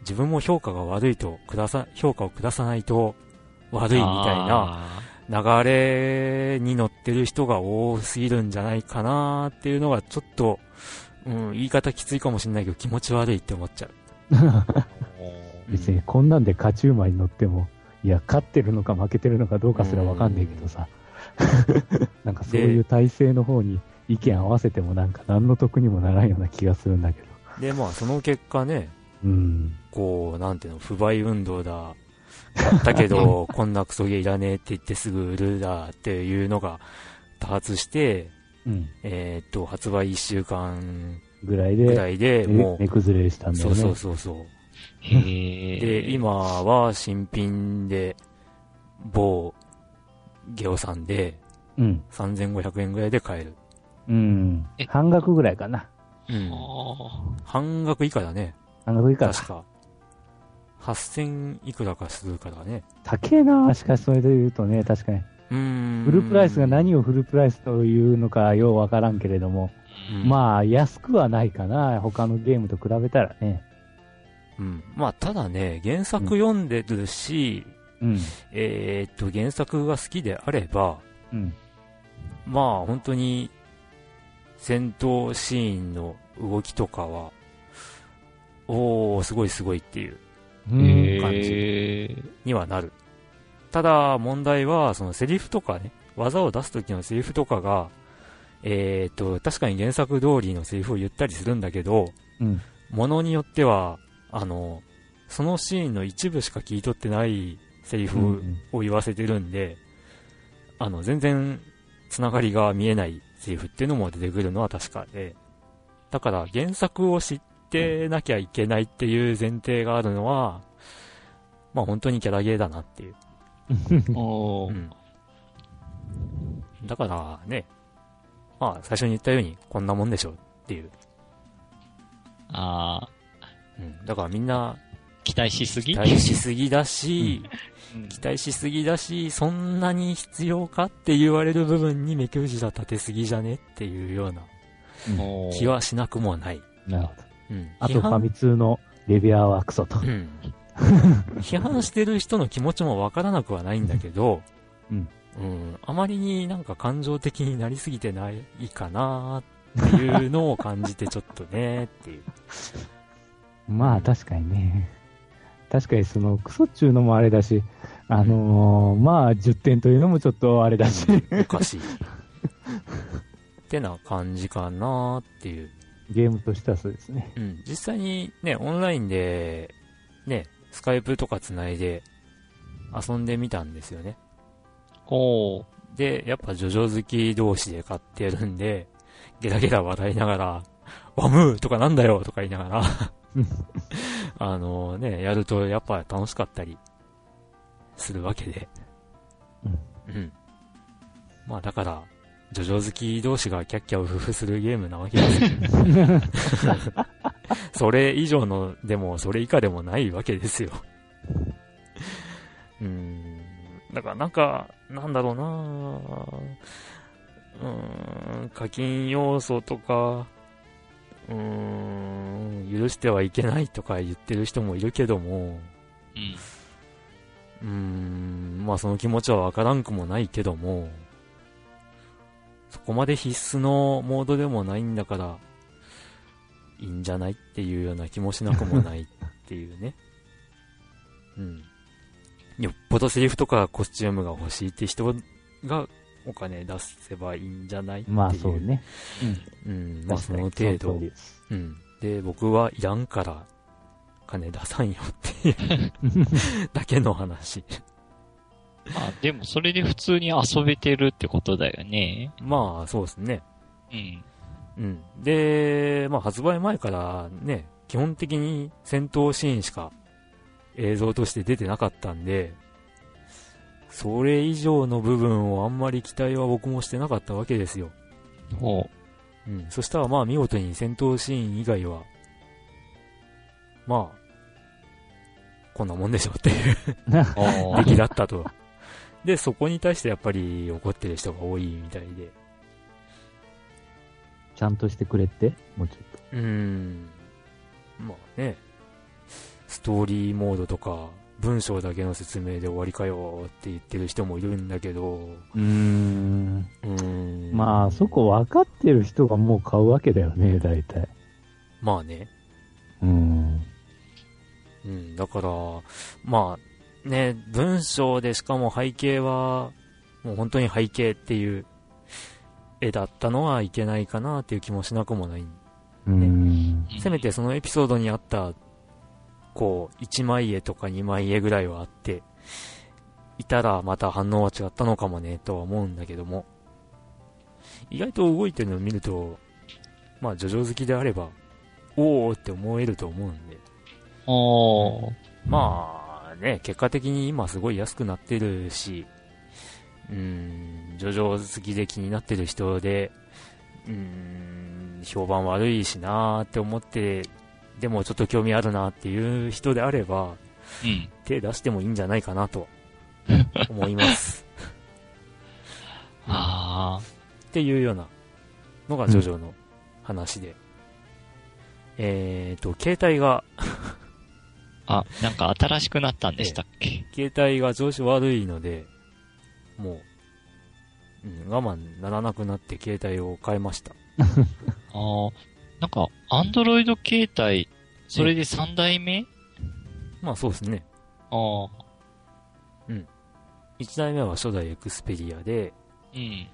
A: 自分も評価が悪いと、下さ、評価を下さないと悪
B: ー。
A: いみたいな流れに乗ってる人が多すぎるんじゃないかなっていうのがちょっと、うん、言い方きついかもしれないけど気持ち悪いって思っちゃう。
B: おー。
C: 別にこんなんで勝ち馬に乗っても、いや、勝ってるのか負けてるのかどうかすらわかんないけどさ。 なんかそういう体制の方に意見合わせてもなんか何の得にもならんような気がするんだけど。
A: で、まあその結果ね、
C: うん。
A: こう、なんていうの、不買運動だ。だけ ど、こんなクソゲーいらねえって言ってすぐ売るだっていうのが多発して、
C: うん。
A: えーっと、発売1週間
C: ぐらいで、
A: ぐらいでも
C: ね
A: う、
C: 値崩れしたんだよ
A: そ
C: ね。
A: うそうそうそう。
B: へー
A: で、、今は新品で、某ゲオさんで
C: うん。
A: 3500円ぐらいで買える。
C: うん
B: え。
C: 半額ぐらいかな。
B: あ
A: 半額以下だね。
C: 半額以下
A: 確か。8000いくらかするからね。
C: 高えなしかしそれで言うとね、確かに。
A: うーん。
C: フルプライスが何
A: を
C: をフルプライスというのかようわからんけれども、
A: ま
B: ー
A: あ、
C: まあ、安くはないかな。他のゲームと比べたらね。
A: うん。まあ、ただね、原作読んでるし、
C: うん。
A: えーっと、原作が好きであれば、
C: うん。
A: まあ、本当に、戦闘シーンの動きとかは、おー、すごいすごいっていう。
C: うん
A: 感じ
B: へー
A: にはなる。ただ、問題は、そのセリフとかね、技を出す時のセリフとかが、えー、と、確かに原作通りのセリフを言ったりするんだけど、
C: うん。
A: ものによっては、あの、そのシーンの一部しか聞い取ってないセリフを言わせてるんで、あの、全然、つながりが見えないセリフっていうのも出てくるのは確かで、だから原作を知ってなきゃいけないっていう前提があるのは、まあ本当にキャラゲーだなっていう。
B: お
A: う
B: ー
A: ん。だからね、まあ最初に言ったようにこんなもんでしょっていう。
B: あ
A: うん。だからみんな
B: ー期待しすぎ
A: 期待しすぎだし、
B: うん
A: 期待しすぎだし、そんなに必要かって言われる部分に目くじら立てすぎじゃねっていうような
B: おー
A: 気はしなくもない。
C: なるほど。
A: うん。
C: あと
A: 批
C: フ
A: 判
C: ァミ通のレビュアーはクソと
A: う。ん 批判してる人の気持ちもわからなくはないんだけど、
C: うん
A: うんあまりになんか感情的になりすぎてないかなっていうのを感じてちょっとねって いう。
C: まあ確かにね。確かにそのクソっちゅうのもあれだし、あのーまあ10点というのもちょっとあれだし。
A: おかしい。ってな感じかなっていう。
C: ゲームとしてはそうですね。
A: うん、実際にね、オンラインで、ね、スカイプとかつないで遊んでみたんですよね。
B: おー
A: で、やっぱジョジョ好き同士で買ってるんで、ゲラゲラ笑いながら、ワムーとかなんだよとか言いなが ら、あのね、やるとやっぱ楽しかったりするわけで。うん。まあだから、ジョジョ好き同士がキャッキャウフフするゲームなわけです よ。それ以上のでも、それ以下でもないわけですよ。うん。だからなんか、なんだろうなうーん、課金要素とか、うーん、許してはいけないとか言ってる人もいるけども、
B: うん
A: うーん、まあその気持ちはわからんくもないけども、そこまで必須のモードでもないんだから、いいんじゃないっていうような気もしなくもないっていう ね。うん。よっぽどセリフとかコスチュームが欲しいって人がお金出せばいいんじゃないっていう。
C: まあそう。ね。
A: うん、まあその
C: 確かに
A: 程
C: そ
A: 度
C: 通。りです
A: うん。で、僕はいらんから、金出さんよっていう だけの話。
B: まあでもそれで普通に遊べてるってことだよね。
A: まあ、そうですね。
B: うん。
A: うん。で、まあ、発売前からね、基本的に戦闘シーンしか映像として出てなかったんで、それ以上の部分をあんまり期待は僕もしてなかったわけですよ。
B: おう
A: うん。そしたらまあ、見事に戦闘シーン以外は、まあ、こんなもんでしょっていう
B: お
A: 出
B: う
A: 来だったと。で、そこに対してやっぱり怒ってる人が多いみたいで。
C: ちゃんとしてくれって、もうちょっと。
A: うーん。まあね。ストーリーモードとか、文章だけの説明で終わりかよって言ってる人もいるんだけど、
C: うーん。
A: うーん。
C: まあ、そこ分かってる人がもう買うわけだよね、大体。
A: まあね。
C: うん。
A: うん。だから、まあ、ね、文章でしかも背景は、もう本当に背景っていう絵だったのはいけないかなっていう気もしなくもないん
C: うん。
A: せめてそのエピソードにあった、こう、1枚絵とか2枚絵ぐらいはあって、いたらまた反応は違ったのかもね、とは思うんだけども。意外と動いてるのを見ると、まあ、ジョジョ好きであれば、おーって思えると思うんで。
B: おー
A: まあね、結果的に今すごい安くなってるし、うーん、ジョジョ好きで気になってる人で、うーん、評判悪いしなーって思って、でもちょっと興味あるなっていう人であれば、
B: うん。
A: 手出してもいいんじゃないかなと思います。
B: あ
A: っていうようなのがジョジョの話で。えーと、携帯が、
B: あ。あ、なんか新しくなったんでしたっけ、
A: 携帯が調子悪いので、もう、うん、我慢ならなくなって携帯を変えました。
B: ああ。なんか、アンドロイド携帯、それで3代目、
A: まあそうですね。
B: ああ。
A: 1代目は初代エクスペリアで、
B: うん。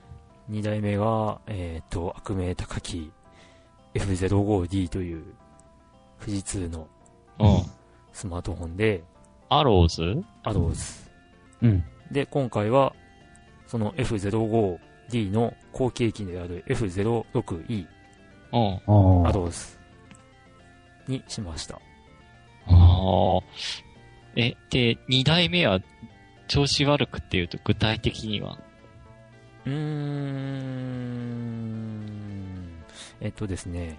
A: 2代目が、えっ、と、悪名高き F05D という富士通の
B: うん。
A: スマートフォンで、
B: アローズ
A: アローズ。
C: うん。
A: で、今回は、その F05D の後継機である F06E
B: うん。
C: あ
A: ア
C: あ。
A: ローズにしました。
B: ああ。え、で、二代目は調子悪くっていうと具体的には。
A: うーん。えっとですね。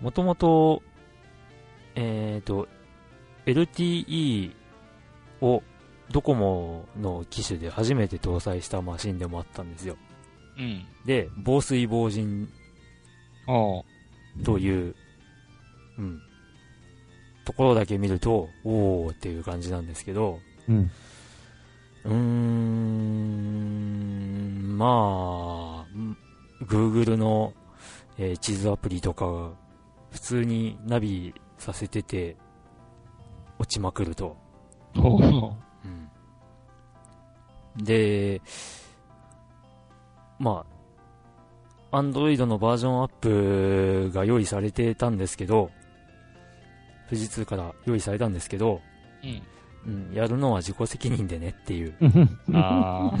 A: もともと、えっ、と、LTE をドコモの機種で初めて搭載したマシンでもあったんですよ。
B: うん。
A: で、防水防塵
B: あ
A: という、うん、ところだけ見ると、おーっていう感じなんですけど、
C: うん。
A: うーん、まあ、ん Google の、えー地図アプリとか、普通にナビさせてて、落ちまくると。
B: あ。ほう。
A: うん、で、まあ、Android のバージョンアップが用意されてたんですけど、富士通から用意されたんですけど、
B: うん。
A: うん、やるのは自己責任でねっていう。
B: あ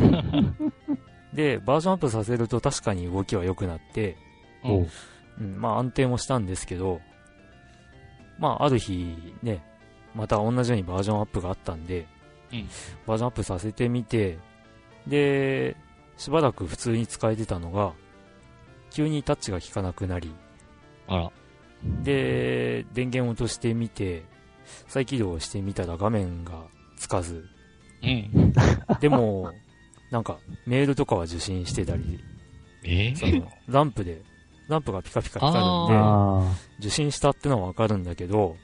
A: で、バージョンアップさせると確かに動きは良くなって、
B: あ。うん。
A: うん、まあ安定もしたんですけど、まあある日ね、また同じようにバージョンアップがあったんで、
B: うん
A: バージョンアップさせてみて、で、しばらく普通に使えてたのが、急にタッチが効かなくなり、
B: あら。
A: で、電源落としてみて、再起動してみたら画面がつかず、
B: うん。
A: で も、なんかメールとかは受信してたり、
B: え
A: その、 ランプで、ランプがピカピカ光るんで、
C: あ
A: 受信したってのはわかるんだけど、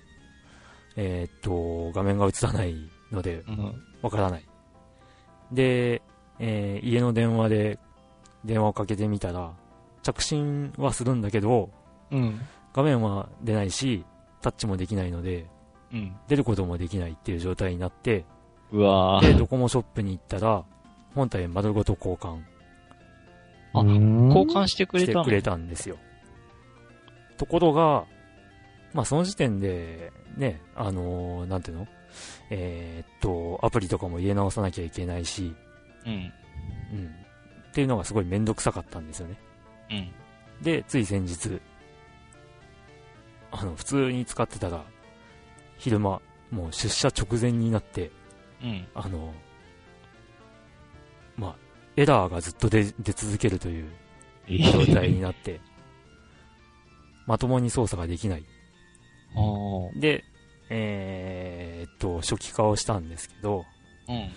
A: えーっと、画面が映らないので、
B: うん。
A: わからない。で、えー家の電話で電話をかけてみたら、着信はするんだけど、
B: うん。
A: 画面は出ないし、タッチもできないので、
B: うん。
A: 出ることもできないっていう状態になって、
B: うわ
A: で、ドコモショップに行ったら、本体丸ごと交換
C: あ。
B: あ
C: うん
B: 交換してくれ
A: したて
B: の
A: くれたんですよ。ところが、まあその時点で、ね、あのーなんていうのえーっと、アプリとかも入れ直さなきゃいけないし、
B: うん。
A: うん。っていうのがすごいめんどくさかったんですよね。
B: うん。
A: で、つい先日、あの、普通に使ってたら、昼間、もう出社直前になって、
B: うん。
A: あの、まあ、エラーがずっと出、出続けるという
B: え
A: 状態になって、まともに操作ができない。
B: ああ。
A: で、えーっと、初期化をしたんですけど、
B: うん。。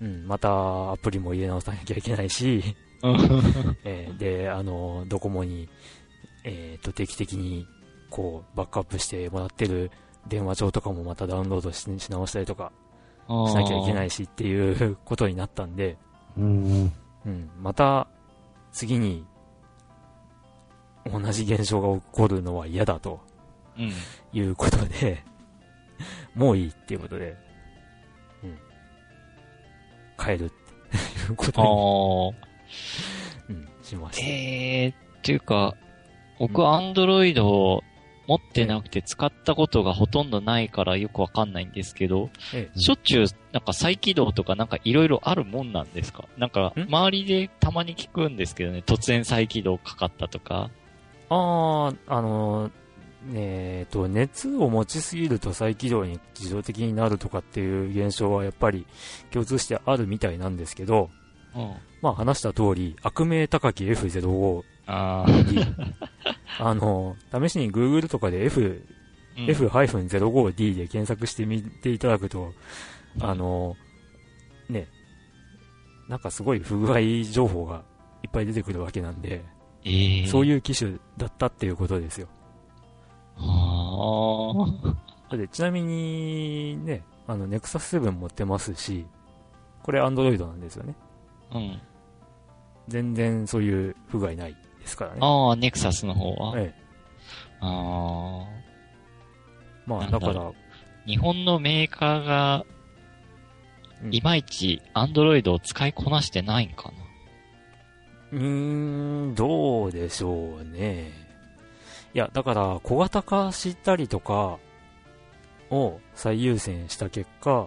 A: うん、またアプリも入れ直さなきゃいけないし、 えーで、あの、ドコモに、えーっと、定期的に、こう、バックアップしてもらってる電話帳とかもまたダウンロードしし直したりとかしなきゃいけないいしっていうことになったんで、
C: うん。
A: うん、また、次に、同じ現象が起こるのは嫌だと。
B: うん。
A: いうことで、もういいっていうことで、うん。変えるっていうことに、う
B: ああ。
A: ん、しました。
B: ええっていうか、僕、アンドロイドを持ってなくて使ったことがほとんどないからよくわかんないんですけど、
A: え
C: え
B: しょっちゅう、なんか再起動とかなんかいろいろあるもんなんですかなんか、
A: ん
B: 周りでたまに聞くんですけどね、突然再起動かかったとか。
A: あー、あのーえっと、熱を持ちすぎると再起動に自動的になるとかっていう現象はやっぱり共通してあるみたいなんですけど、
B: うん。
A: まあ話した通り、悪名高き F05
B: ああ、
A: D。あのー試しに Google とかで F F-05D で検索してみていただくと、あの、ね、なんかすごい不具合情報がいっぱい出てくるわけなんで、
B: ええ
A: そう
B: う。
A: いう機種だったっていうことですよ。
B: あ
A: でちなみに、ね、あの、Nexus 7持ってますし、これ Android なんですよね。
B: あ。うん。
A: 全然そういう不具合ないですからね。
B: ああ、ネクサスの方は。
A: ええ、
B: ああ。
A: ま
B: な
A: あ、
B: んだ
A: だ
B: ろ
A: か
B: う
A: ら、
B: 日本のメーカーが、
A: うん
B: いまいち、アンドロイドを使いこなしてないんか
A: う
B: な。
A: ーん、どうでしょうね。いや、だから、小型化したりとかを最優先した結果、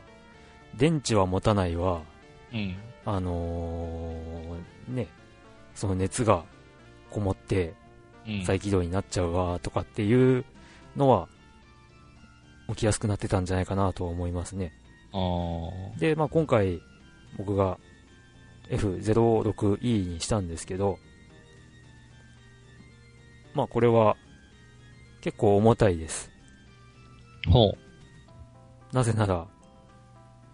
A: 電池は持たないは、
B: うん。
A: あのーね、その熱がこもって
B: うん。
A: 再起動になっちゃうわとかっていうのは、起きやすくなってたんじゃないかなとは思いますね。
B: あー
A: で、まあ、今回、僕が F06E にしたんですけど、まあ、これは結構重たいです。
B: ほう。
A: なぜなら、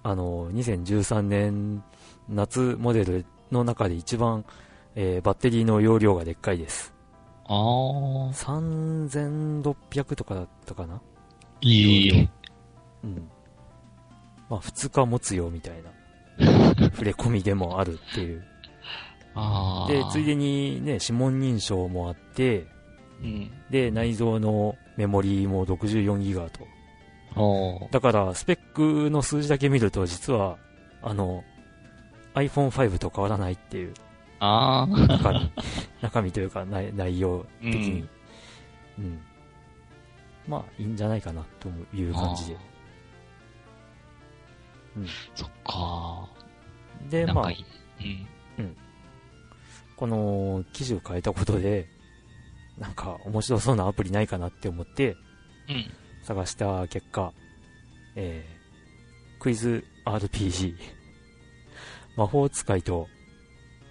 A: あの、2013年夏モデルの中で一番、えーバッテリーの容量がでっかいです。
B: ああ。
A: 3600とかだったかない
B: い。
A: うん。まあ、2日持つよみたいな、触れ込みでもあるっていう。
B: ああ。
A: で、ついでにね、指紋認証もあって、
B: うん。
A: で、内蔵のメモリーも64ギガと。
B: ほ
A: だから、スペックの数字だけ見ると、実は、あの、iPhone5 と変わらないっていう、
B: う。ああ。
A: 中身、 中身というか内、内容的に。うん。まあ、いいんじゃないかな、という感じで。うん
B: そっか
A: で、
B: なん
A: まあ
B: かい、い。うん。
A: この記事を変えたことで、なんか面白そうなアプリないかなって思って、
B: うん。
A: 探した結果、えー、クイズ RPG、魔法使いと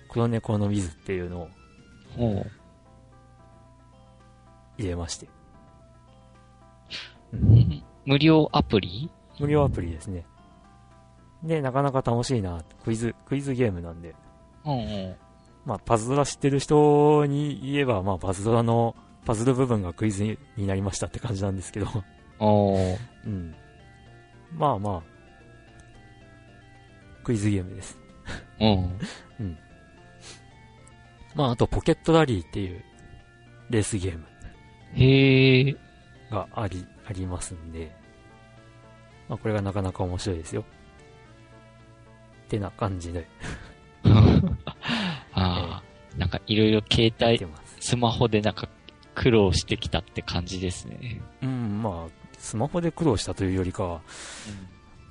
A: 黒猫の水っていうのを
B: ほう。
A: 入れまして。う
B: うんん無料アプリ
A: 無料アプリですね。で、なかなか楽しいな。クイズ、クイズゲームなんで。
B: うんうん。
A: まあ、パズドラ知ってる人に言えば、まあ、パズドラのパズル部分がクイズになりましたって感じなんですけど。
B: おー。
A: うん。まあまあ、クイズゲームです。
B: うん。
A: まあ、あと、ポケットラリーっていうレースゲーム
B: へえ。
A: があり、ありますんで、まあ、これがなかなか面白いですよ。ってな感じで
B: ああ。なんかいろいろ携
A: やっ
B: 帯
A: て、ます。
B: スマホでなんか苦労してきたって感じですね。
A: うん、まあ、スマホで苦労したというよりかは、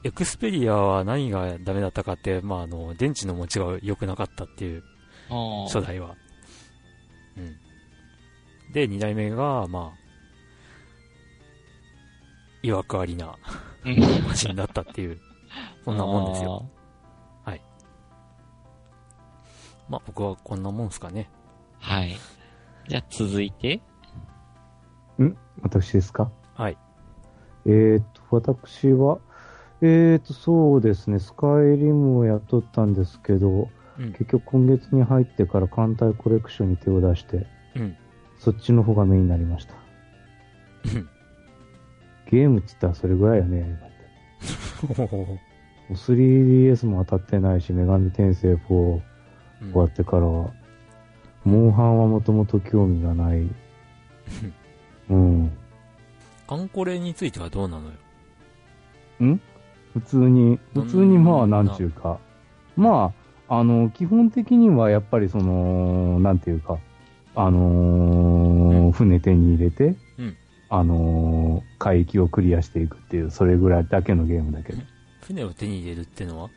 A: エクスペリアは何がダメだったかって、まあ、あの、電池の持ちが良くなかったっていう
B: あ
A: 初代は。うん。で、二代目が、まあ、いわくありな
B: うん
A: マシンだったっていう、そんなもんですよ。まあ僕はこんなもんすかね。
B: あー。はい。じゃあ続いて。
C: 私ですか
A: はい。
C: えーっと、私は、えーっと、そうですね、スカイリムをやっとったんですけど、
A: うん。
C: 結局今月に入ってから艦隊コレクションに手を出して、
A: うん。
C: そっちの方がメインになりました。
A: うん
C: ゲームって言ったらそれぐらいよね。
A: ほほほほ
C: もう 3DS も当たってないし、女神転生4終
A: うん
C: わってからは、モンハンはもともと興味がない。うん。
A: カンコレについてはどうなのよ。
C: 普通に、
A: うん
C: 普通にまあ、なんちゅうか。まあ、あの、基本的にはやっぱりその、なんていうか、あのー船手に入れて、
A: うん
C: あのー海域をクリアしていくっていう、それぐらいだけのゲームだけど。
A: 船を手に入れるってのは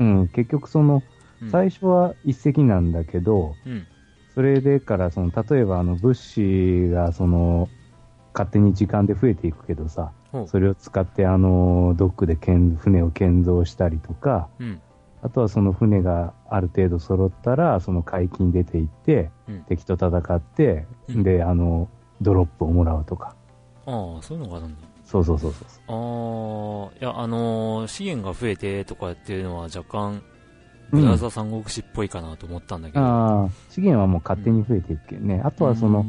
C: うん、結局その、
A: うん
C: 最初は一隻なんだけど、
A: うん。
C: それでから、その、例えばあの、物資が、その、勝手に時間で増えていくけどさ、
A: ほう。
C: それを使って、あのー、ドックで建船を建造したりとか、
A: うん。
C: あとはその船がある程度揃ったら、その海域に出て行って、
A: うん
C: 敵と戦って、
A: うん
C: で、あの、ドロップをもらうとか。
A: ああ、そういうのがあるんだ。
C: そうそうそうそうそ
A: ああ、いや、あのー資源が増えてとかっていうのは若干、
C: う。
A: ブラザ
C: う
A: ー三国志っぽいかなと思ったんだけ
C: ん、
A: ど。
C: ああ、資源はもう勝手に増えていくけどね。あ
A: あ
C: とはその、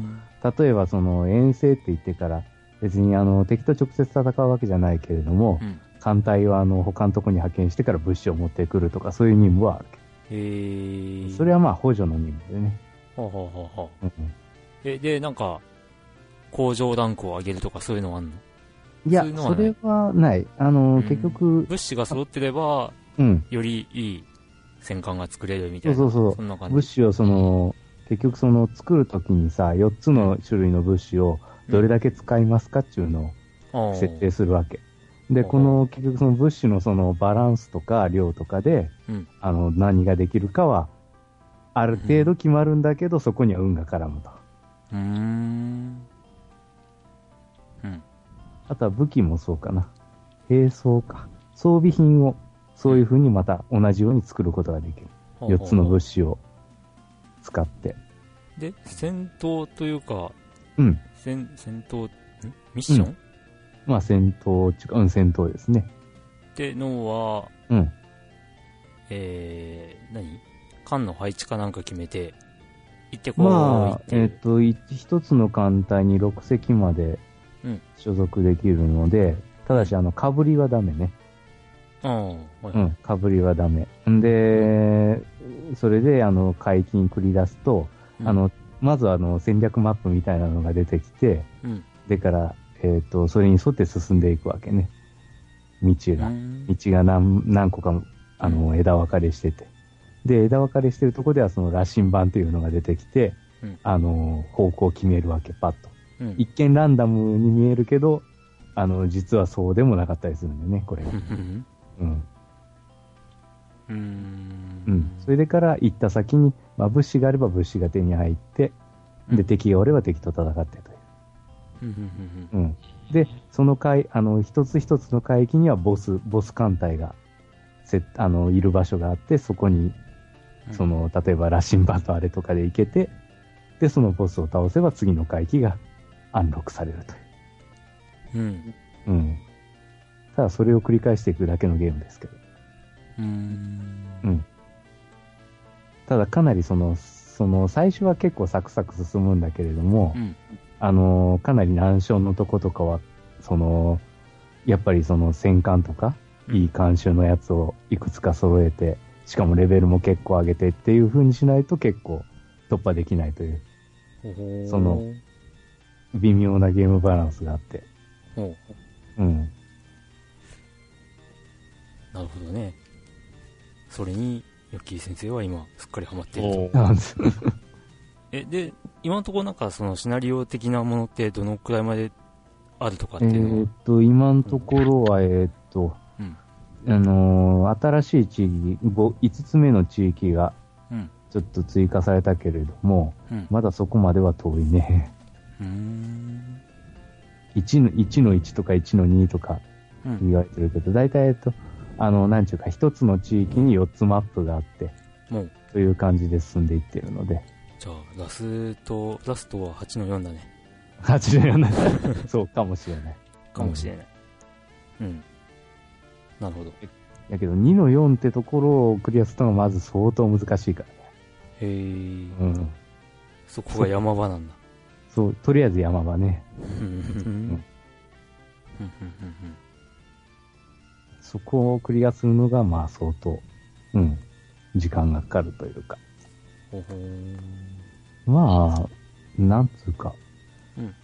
C: 例えばその遠征って言ってから、別にあの敵と直接戦うわけじゃないけれども
A: う、ん。
C: 艦隊はあの他のところに派遣してから物資を持ってくるとか、そういう任務はあるけ
A: えー。
C: ど、それはまあ補助の任務でね。
A: ほうほうほうほう。
C: うん
A: え、で、なんか、工場ランクを上げるとかそういうのはあんの
C: うんいや
A: そういう、のは
C: そ
A: ない
C: れはない。あの、
A: うん
C: 結局、
A: 物資が揃ってれば、
C: うん、
A: よりいい戦艦が作れるみた
C: そ
A: いうな。
C: そうそう。
A: そんな感
C: 物
A: じ。
C: 資をその、結局その作るときにさ、4つの種類の物資をどれだけ使いますかっていうのを
A: ああ
C: 設定するわけ。で、
A: ほう
C: この、結局その物資のそのバランスとか量とかで、
A: うん
C: あの、何ができるかは、ある程度決まるんだけど、そこには運が絡むと。
A: うーん。うん。
C: あとは武器もそうかな。兵装か。装備品を、そういう風にまた同じように作ることができる。
A: ほうほう
C: 4つの物資を使って。
A: で、戦闘というか、
C: うん。
A: 戦、戦闘、んミッション、
C: うまあ戦闘ちゅうか、うん、戦闘ですね。
A: ってのは、
C: うん。
A: えー、何艦の配置かなんか決めて、行ってこう、行
C: まあ
A: っ、て、
C: えっと、い一つの艦隊に6隻まで
A: うん
C: 所属できるので、ただし、あの、かぶりはダメね。
A: うん、は
C: う
A: い。
C: ん、かぶりはダメ。んで、それで、あの、海域に繰り出すと、
A: うん
C: あ、の、まずあの、戦略マップみたいなのが出てきて、
A: うん。
C: でから、えっ、と、それに沿って進んでいくわけね。道
A: う
C: が。
A: ん
C: 道が何何個かも、あの、枝分かれしてて。で、枝分かれしてるとこでは、その羅針盤というのが出てきて、
A: うん
C: あの、方向を決めるわけ、パッと。
A: うん
C: 一見ランダムに見えるけど、あの、実はそうでもなかったりするんだよね、これが。
A: うん
C: うん。
A: う
C: うんん。それでから行った先に、まあ、物資があれば物資が手に入って、
A: う
C: で、
A: ん
C: 敵がおれば敵と戦ってという。
A: うんうん
C: うん。で、その海、あの、一つ一つの海域にはボス、ボス艦隊が、せあの、いる場所があって、そこに、
A: うん
C: その、例えば羅針盤とあれとかで行けて、で、そのボスを倒せば次の海域がアンロックされるとい
A: うん
C: う。うん。ただ、それを繰り返していくだけのゲームですけど。
A: うん
C: うん。ただ、かなりその、その、最初は結構サクサク進むんだけれども、
A: うん
C: あの、かなり難所のとことかは、その、やっぱりその戦艦とか、いい監修のやつをいくつか揃えて、しかもレベルも結構上げてっていう風にしないと結構突破できないという
A: ほほー
C: その微妙なゲームバランスがあって。
A: ほう
C: うん。
A: なるほどねそれにヨッキー先生は今すっかりハマっていると
B: おー
C: なんです。
A: えで今のところなんかそのシナリオ的なものってどのくらいまであるとかっ
C: え
A: ていうの
C: ー
A: は
C: っと、今のところは、えーっと、
A: うん
C: あのー新しい地域、5, 5つ目の地域が
A: うん
C: ちょっと追加されたけれども、
A: うん
C: まだそこまでは遠いね。
A: うーん
C: 1の ,1 の1とか1の2とか
A: うん
C: 言われてるけど、大体、えっと、あの、なんちゅうか、一つの地域に4つマップがあって、
A: もう
C: という感じで進んでいってるので、
A: じゃあラスとラストは8の4だね
C: 84 そうかもしれない。
A: かもしれないうんなるほどへ
C: だけど、2の4ってところをクリアするのがまず相当難しいからね。
A: え
C: うん。
A: そこが山場なんだ
C: そう、とりあえず山場ね。
A: うん
C: そこをクリアするのが、まあ相当、うん、時間がかかるというか。
A: ほほー
C: まあ、なんつうか。
A: うん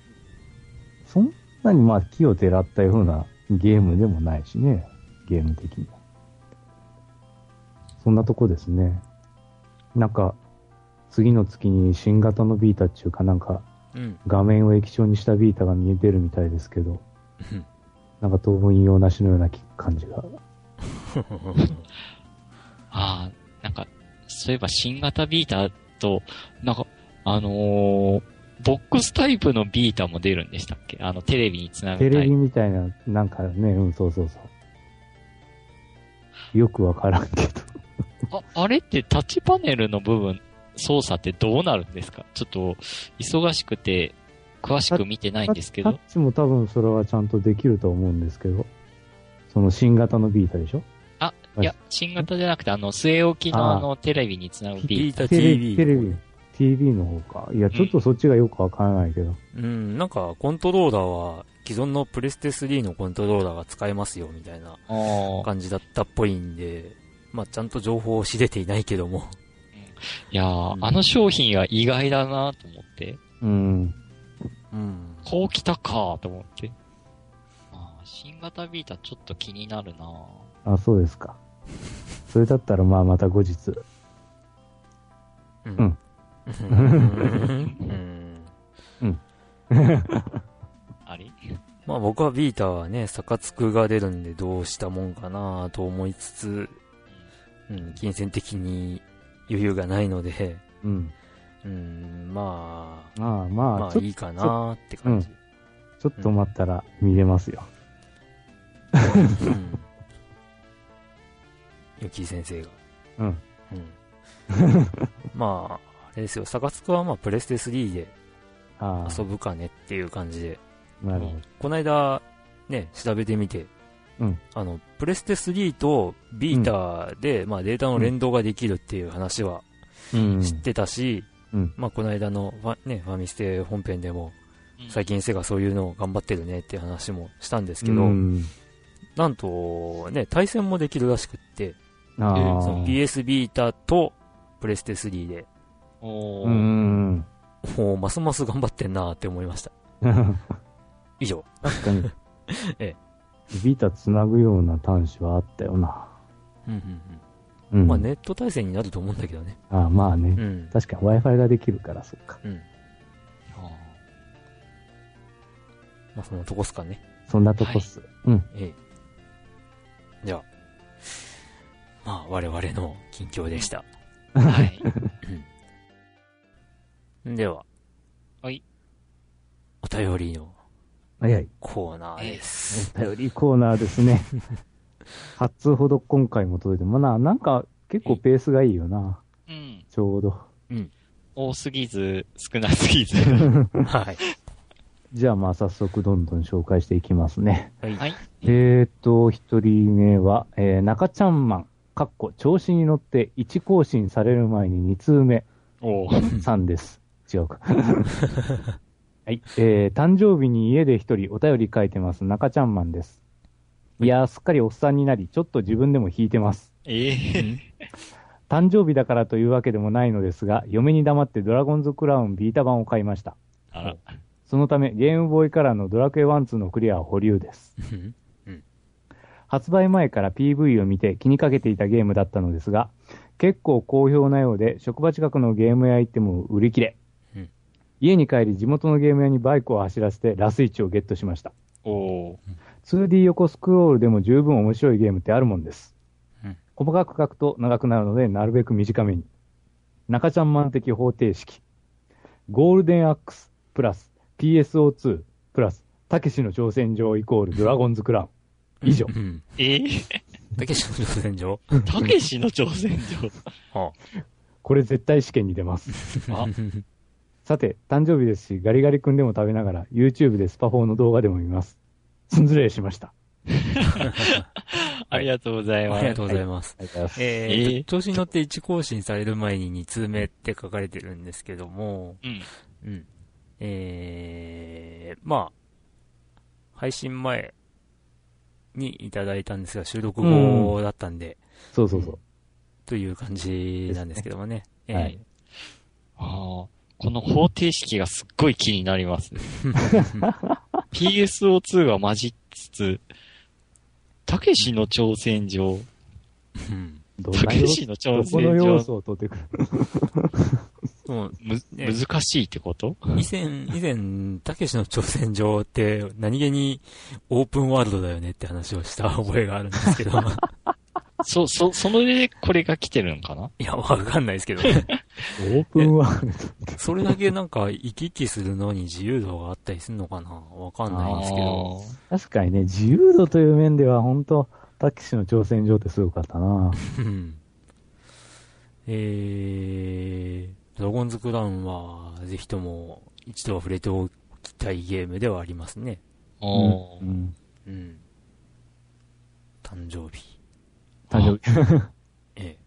C: そんなにまあ木をてらったようなゲームでもないしね。ゲーム的には。そんなとこですね。なんか、次の月に新型のビータっていうかなんか
A: うん
C: 画面を液晶にしたビータが見えてるみたいですけど
A: うん、
C: なんか当分用なしのようなき感じが。
B: ああ、なんか、そういえば新型ビータと、なんか、あのーボックスタイプのビータも出るんでしたっけあの、テレビにつなぐ
C: テ
B: タ
C: レ
B: イ
C: ビ
B: プ。
C: みたいな、なんかね、うん、そうそうそう。よくわからんけど。
B: あ、あれってタッチパネルの部分、操作ってどうなるんですかちょっと、忙しくて、詳しく見てないんですけ
C: タ
B: ど
C: ッ。チも多分それはちゃんとできると思うんですけど、その新型のビータでしょ
B: あ、いや、新型じゃなくて、あの、据え置きの
C: あー
B: あの、テレビにつなぐビー
A: ビータ
C: テレ
A: TV
C: ビ、テレビ、TV の方か。いや、ちょっとそっちがよくわからないけど。
A: うんなんかコントローラーは既存のプレステ3のコントローラーが使えますよみたいな
B: タ。あー
A: 感じだったっぽいんでまあちゃんと情報を知れていないけども
B: いやー
A: うん
B: あの商品は意外だなと思って。
C: うん。
A: うん
B: こう来たかと思って。あー新型ビータちょっと気になるな
C: あ、そうですか。それだったらまあまた後日。
A: う
C: うん
A: んうんうん
B: あれ
A: まあ僕はビータはね、サカツクが出るんでどうしたもんかなと思いつつ、うん、金銭的に余裕がないので、
C: うん。
A: うん、ま
C: まあ
A: あ、
C: ま
A: ま
C: あ、ち
A: あ
C: ょ
A: いいかなって感じ。
C: ちょっと待ったら見れますよ。
A: うん。ゆき先生が。
C: うん。
A: うん。まあ、あれですよ、サカツクはまあプレステ3で
C: ああ
A: 遊、ぶかねっていう感じで、
C: なるほど。
A: この間、ね、調べてみて、
C: うん
A: あの、プレステ3とビーターで、まあデータの連動ができるっていう話は
C: うん
A: 知ってたし、
C: うん
A: まあこの間のファ,、ね、ファミステ本編でも、
B: うん
A: 最近セガそういうのを頑張ってるねっていう話もしたんですけど、
C: うん
A: なんと、ね、対戦もできるらしくって、
C: あ
B: え
C: あ
A: その PS ビータとプレステ3で、
B: お
C: う
B: ー
C: んうん
A: もうますます頑張ってんなーって思いました。
C: うん
A: 以上。。
C: 確かに
A: ええ
C: ビータつなぐような端子はあったよな。
A: うんうん
C: うん
A: うん、まあネット対戦になると思うんだけどね。
C: ああまあ
A: う
C: ね。
A: ん。
C: 確かに Wi-Fi ができるから、そっか。
A: うん。
B: あ
A: まあそのとこっすかね。
C: そんなとこっす。うん。
A: ええ。じゃあ、まあ我々の近況でした。
B: ーはい。
A: では。
B: はい。
A: お便りの
C: 早い。
A: コーナーです。
C: お便りコーナーで すね。8通ほど今回も届いて、まあな、なんか結構ペースがいいよな。
B: うん。
C: ちょうど。
B: 多すぎず、少なすぎず。
A: はい。
C: じゃあまあ早速どんどん紹介していきますね。
A: はい。
B: はい。
C: えーっと、一人目は、えー、中ちゃんマン、かっこ調子に乗って1更新される前に2通目、
B: お
C: さんです。違 うか。はい。えー、誕生日に家で一人お便り書いてます、中ちゃんマンです。いやー、すっかりおっさんになり、ちょっと自分でも引いてます。
B: ええ
C: 誕生日だからというわけでもないのですが、嫁に黙ってドラゴンズクラウンビータ版を買いました。
B: あら。
C: そのため、ゲームボーイカラーのドラクエ1、2のクリアは保留です。
A: うん
C: 発売前から PV を見て気にかけていたゲームだったのですが、結構好評なようで、職場近くのゲーム屋行っても売り切れ。
A: うん
C: 家に帰り、地元のゲーム屋にバイクを走らせて、ラスイチをゲットしました。
B: おー
C: 2D 横スクロールでも十分面白いゲームってあるもんです。
A: うん
C: 細かく書くと長くなるので、なるべく短めに。中ちゃんマン的方程式。ゴールデンアックス、プラス、PSO2、プラス、たけしの挑戦状イコールドラゴンズクラウン。以上
A: う。ん。
B: ええ
A: だけしの挑戦状
B: たけしの挑戦状。
C: これ絶対試験に出ます。
B: あ
C: さて、誕生日ですし、ガリガリ君でも食べながら、YouTube でスパ4の動画でも見ます。すんずれしました。
B: ありがとうございま
A: あ
B: す
A: りが。とうございます。
C: ありがとうございます。
A: え
B: え
A: ー
B: ー
A: 調子に乗って1更新される前に2通目って書かれてるんですけども、
B: うん。
A: うん。えー、まあ、配信前にいただいたんですが、収録後だったんで、
C: そうそうそう。
A: という感じなんですけどもね。えー
C: はい。
B: あーこの方程式がすっごい気にな ります。PSO2 が混じりつつ、たけしの挑戦状。
A: うん。
C: どん
B: た
C: な
B: け
C: 要
B: しの挑
C: どこの
B: 戦
C: 要
B: 状。
C: 素を取ってくる
A: もう
B: む、
A: ね
B: 難しいってこと
A: 以前、以前、たけしの挑戦状って何気にオープンワールドだよねって話をした覚えがあるんですけど、
B: そ、そ、そのでこれが来てるのかない
A: や、わかんないですけど、
C: オープンワールド。
A: それだけなんか行き来するのに自由度があったりするのかなわかんないんですけど。
C: 確かにね、自由度という面では、本当タキシの挑戦状ってすごかったな。
A: うんえー、ドラゴンズクラウンは、ぜひとも一度は触れておきたいゲームではありますね。
B: あーお
C: う
B: ー
C: ん、
A: うん。誕生日。
C: 誕生日。
A: ええ。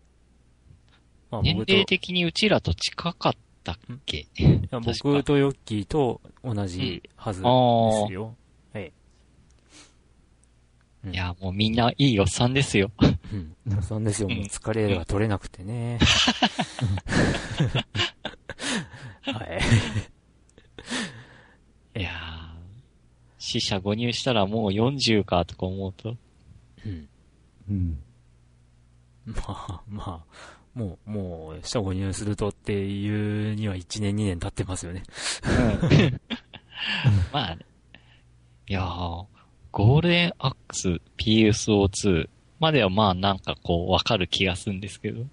A: まあ
B: 年
A: 僕と、
B: 齢的にうちらと近かったっけ
A: いや
B: 確か
A: 僕とヨッキーと同じはず
B: あー
A: ですよ。うん
B: いや、もうみんないいおっさんですよ。
A: うん。そうですよ。
B: うん
A: もう疲れが取れなくてね。はい。
B: いやー死者誤入したらもう40かとか思うと。
A: うん
C: うん。
A: まあまあ、もう、もう、下5入するとっていうには1年2年経ってますよね。
B: まあね、いやー、ゴールデンアックス PSO2 まではまあなんかこうわかる気がするんですけど、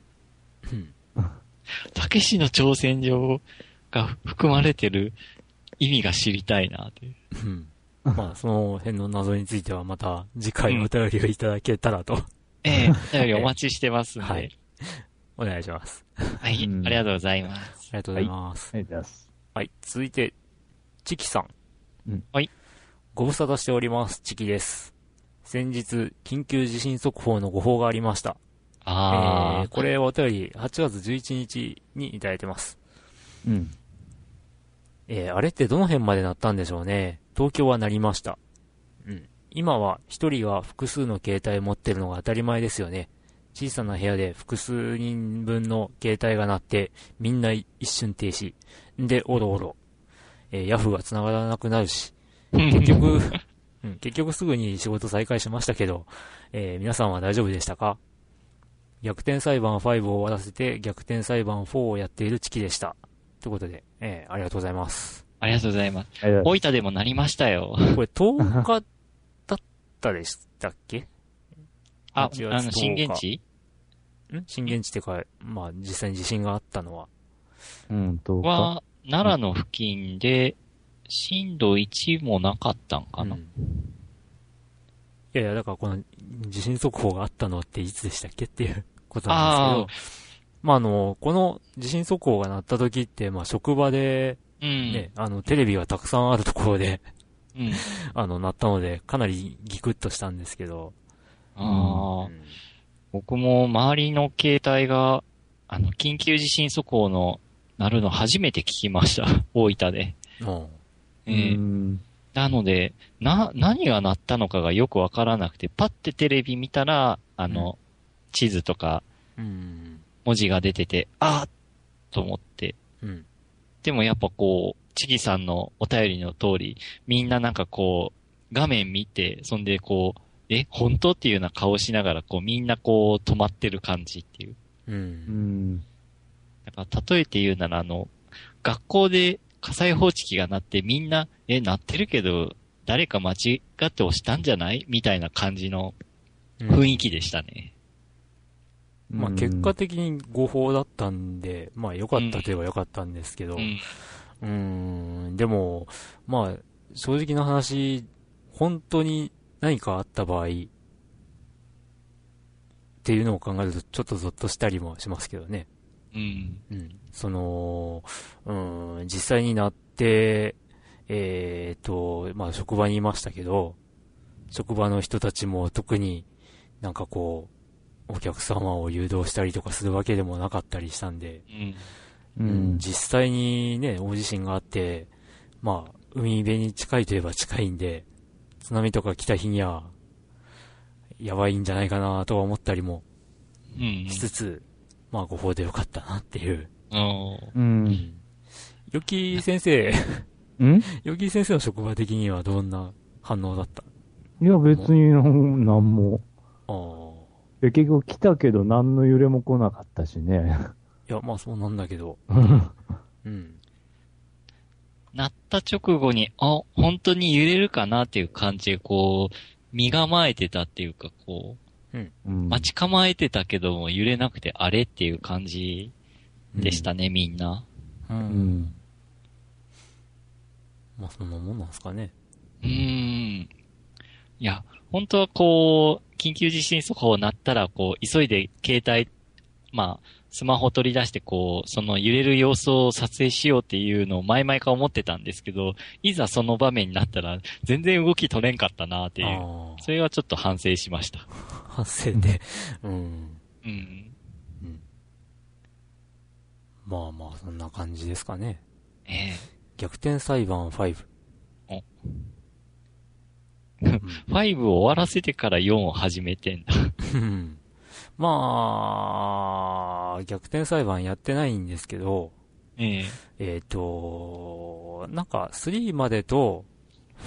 A: うん
B: たけしの挑戦状が含まれてる意味が知りたいなという。
A: うんまあ、その辺の謎についてはまた次回お便りをいただけたらと、
B: ええお便りお待ちしてますんで。
A: は
B: はいい。
A: お願いします。
B: はい、
C: うん
B: ありがとうございます
A: あ。りがとうございます。
C: ありがとうございます。
A: はい、続いて、チキさん。
C: うん
B: はい。
A: ご無沙汰しております、チキです。先日、緊急地震速報の誤報がありました。
B: あ
A: えーこれはお便り、8月11日にいただいてます。
C: うん。
A: えーあれってどの辺までなったんでしょうね。東京はなりました。うん。今は一人が複数の携帯持ってるのが当たり前ですよね。小さな部屋で複数人分の携帯が鳴って、みんな一瞬停止。んで、おろおろ。えーヤフーが繋がらなくなるし。
B: ー、
A: 結局、うん、結局すぐに仕事再開しましたけど、えー皆さんは大丈夫でしたか逆転裁判5を終わらせて、逆転裁判4をやっているチキでした。ということで、えーありがとうございます。
B: ありがとうございます。
C: ありがとうございます
B: 大分でもなりましたよ。
A: これ10日だったでしたっけ
B: あ、
A: 8月
B: あ
A: 10
B: の、
A: 日
B: 震源地
A: ん震源地ってか、まあ実際に地震があったのは。
C: うん、どうか。
B: は、奈良の付近で、震度1もなかったんかな、
A: うんいやいや、だからこの地震速報があったのっていつでしたっけっていうことなんですけど、まああの、この地震速報が鳴った時って、まあ職場で
B: うん。
A: ね、あのテレビがたくさんあるところで、
B: うん。
A: あの鳴ったので、かなりギクッとしたんですけど、
B: ああ、
A: うん
B: 僕も周りの携帯が、あの、緊急地震速報の、なるの初めて聞きました。大分で。
A: も
B: え
C: う
B: え
C: ん。
B: なので、な、何が鳴ったのかがよくわからなくて、パッてテレビ見たら、あの、地図とか
A: う、うん、
B: 文字が出てて、あーと思って。
A: うん、
B: でもやっぱこう、チギさんのお便りの通り、みんななんかこう、画面見て、そんでこう、え、本当っていうような顔しながら、こう、みんなこう、止まってる感じっていう。
A: う、
C: うんん。
B: なんか、例えて言うなら、あの、学校で火災報知器が鳴って、みんな、え、鳴ってるけど、誰か間違って押したんじゃないみたいな感じの
A: うん
B: 雰囲気でしたね。
A: まあ、結果的に誤報だったんで、まあ良かったといえば良かったんですけど、
B: う。
A: うんーん、でも、まあ、正直な話、本当に何かあった場合、っていうのを考えると、ちょっとゾッとしたりもしますけどね。
B: うん。
A: うん。その、うん、実際になって、えーと、まあ、職場にいましたけど、職場の人たちも特になんかこう、お客様を誘導したりとかするわけでもなかったりしたんで、
B: うん。
C: うん。
A: 実際にね、大地震があって、まあ、海辺に近いといえば近いんで、津波とか来た日には、やばいんじゃないかなとは思ったりも
B: うん。
A: しつつ、まあ、誤報でよかったなっていう。
B: うん
C: うん。
A: よき先生、
C: うん
A: よき先生の職場的にはどんな反応だった
C: いや、別になんなんも。
A: ああ。
C: で結局来たけど何の揺れも来なかったしね。
A: いや、まあそうなんだけど。うん。
B: 鳴った直後に、あ、本当に揺れるかなっていう感じで、こう、身構えてたっていうか、こ
C: うん
B: う、待ち構えてたけども揺れなくてあれっていう感じでしたね、みんな。
A: う。
C: うんん。
A: まあそんなもんなんですかね。
B: うーん。いや、本当はこう、緊急地震速報鳴ったら、こう、急いで携帯、まあ、スマホ取り出して、こう、その揺れる様子を撮影しようっていうのを前々から思ってたんですけど、いざその場面になったら、全然動き取れんかったなっていう。
A: あ
B: それはちょっと反省しました。
A: あ。反省で。うん。
B: うん。
A: まあまあそんな感じですかね。
B: え
A: 逆転裁判5。
B: お
A: うん
B: え5を終わらせてから4を始めてんだ。
A: うん。 まあ、逆転裁判やってないんですけど、
B: ええ
A: えっ、と、なんか3までと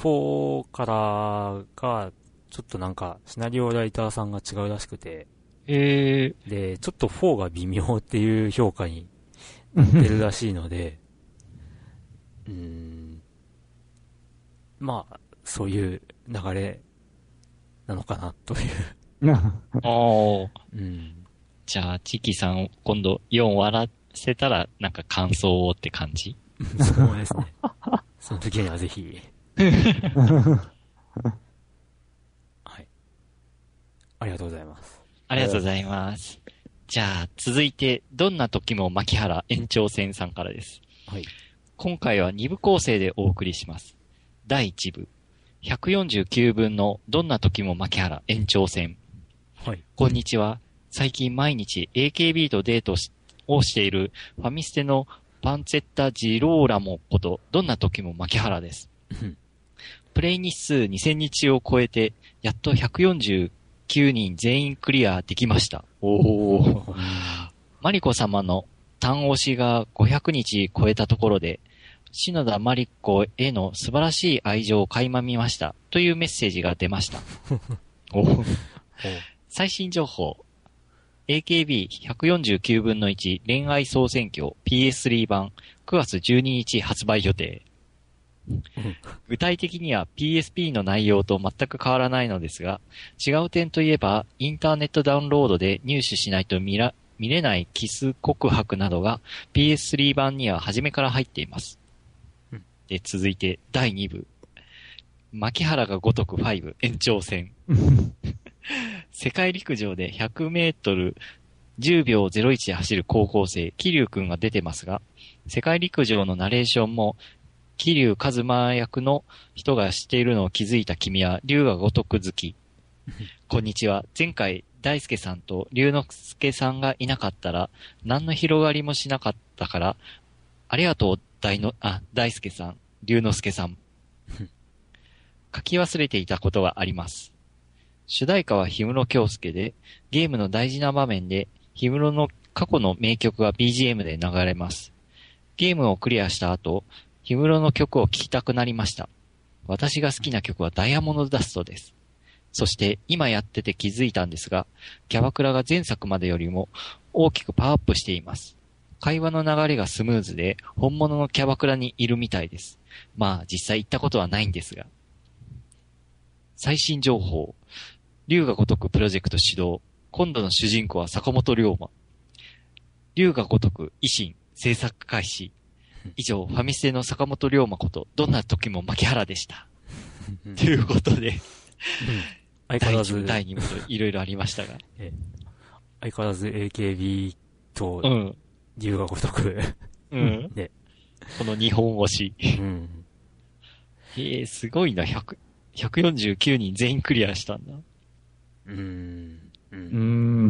A: 4からが、ちょっとなんかシナリオライターさんが違うらしくて、
B: ええ
A: で、ちょっと4が微妙っていう評価になってるら しいので、うーん、まあ、そういう流れなのかな、という。
B: おー
A: うん。
B: じゃあ、チキさん、今度4笑わせたら、なんか感想をって感じ
A: そうですね。その時にはぜひ。はい。ありがとうございます。
B: ありがとうございます。じゃあ、続いて、どんな時も牧原延長戦さんからです。
A: はい。
B: 今回は2部構成でお送りします。第1部、149分のどんな時も牧原延長戦。
A: はい。
B: こんにちは。最近毎日 AKB とデートしをしているファミステのパンツェッタ・ジローラモこと、どんな時も牧原です
A: うん。
B: プレイ日数2000日を超えて、やっと149人全員クリアできました。おお。マリコ様の単押しが500日超えたところで、篠田マリコへの素晴らしい愛情を垣間見ましたというメッセージが出ました。 お最新情報。AKB149 分の1恋愛総選挙 PS3 版9月12日発売予定
A: うん。
B: 具体的には PSP の内容と全く変わらないのですが、違う点といえば、インターネットダウンロードで入手しないと見ら見れないキス告白などが PS3 版には初めから入っています
A: うん。
B: で、続いて第2部。牧原が如く5延長戦。世界陸上で100メートル10秒01で走る高校生、桐生くんが出てますが、世界陸上のナレーションも、桐生一馬役の人がしているのを気づいた君は、龍が如く好き。こんにちは。前回、大輔さんと龍之介さんがいなかったら、何の広がりもしなかったから、ありがとう、大の、あ、大輔さん、龍之介さん。書き忘れていたことがあります。主題歌は氷室京介で、ゲームの大事な場面で、氷室の過去の名曲が BGM で流れます。ゲームをクリアした後、氷室の曲を聴きたくなりました。私が好きな曲はダイヤモンドダストです。そして、今やってて気づいたんですが、キャバクラが前作までよりも大きくパワーアップしています。会話の流れがスムーズで、本物のキャバクラにいるみたいです。まあ、実際行ったことはないんですが。最新情報。龍が如くプロジェクト始動。今度の主人公は坂本龍馬。龍が如く維新制作開始。以上、ファミステの坂本龍馬こと、どんな時も牧原でした。
A: うん
B: ということで、
A: 相変
B: 第
A: わらず
B: 1部、、第2部といろいろありまし たが。
A: 相変わらず AKB と
B: うん。
A: 竜が如く。
B: うん。
A: ね
B: この日本推し。
A: うん。
B: ええ、すごいな、100、149人全員クリアしたんだ。
A: うん。う。
C: うんん。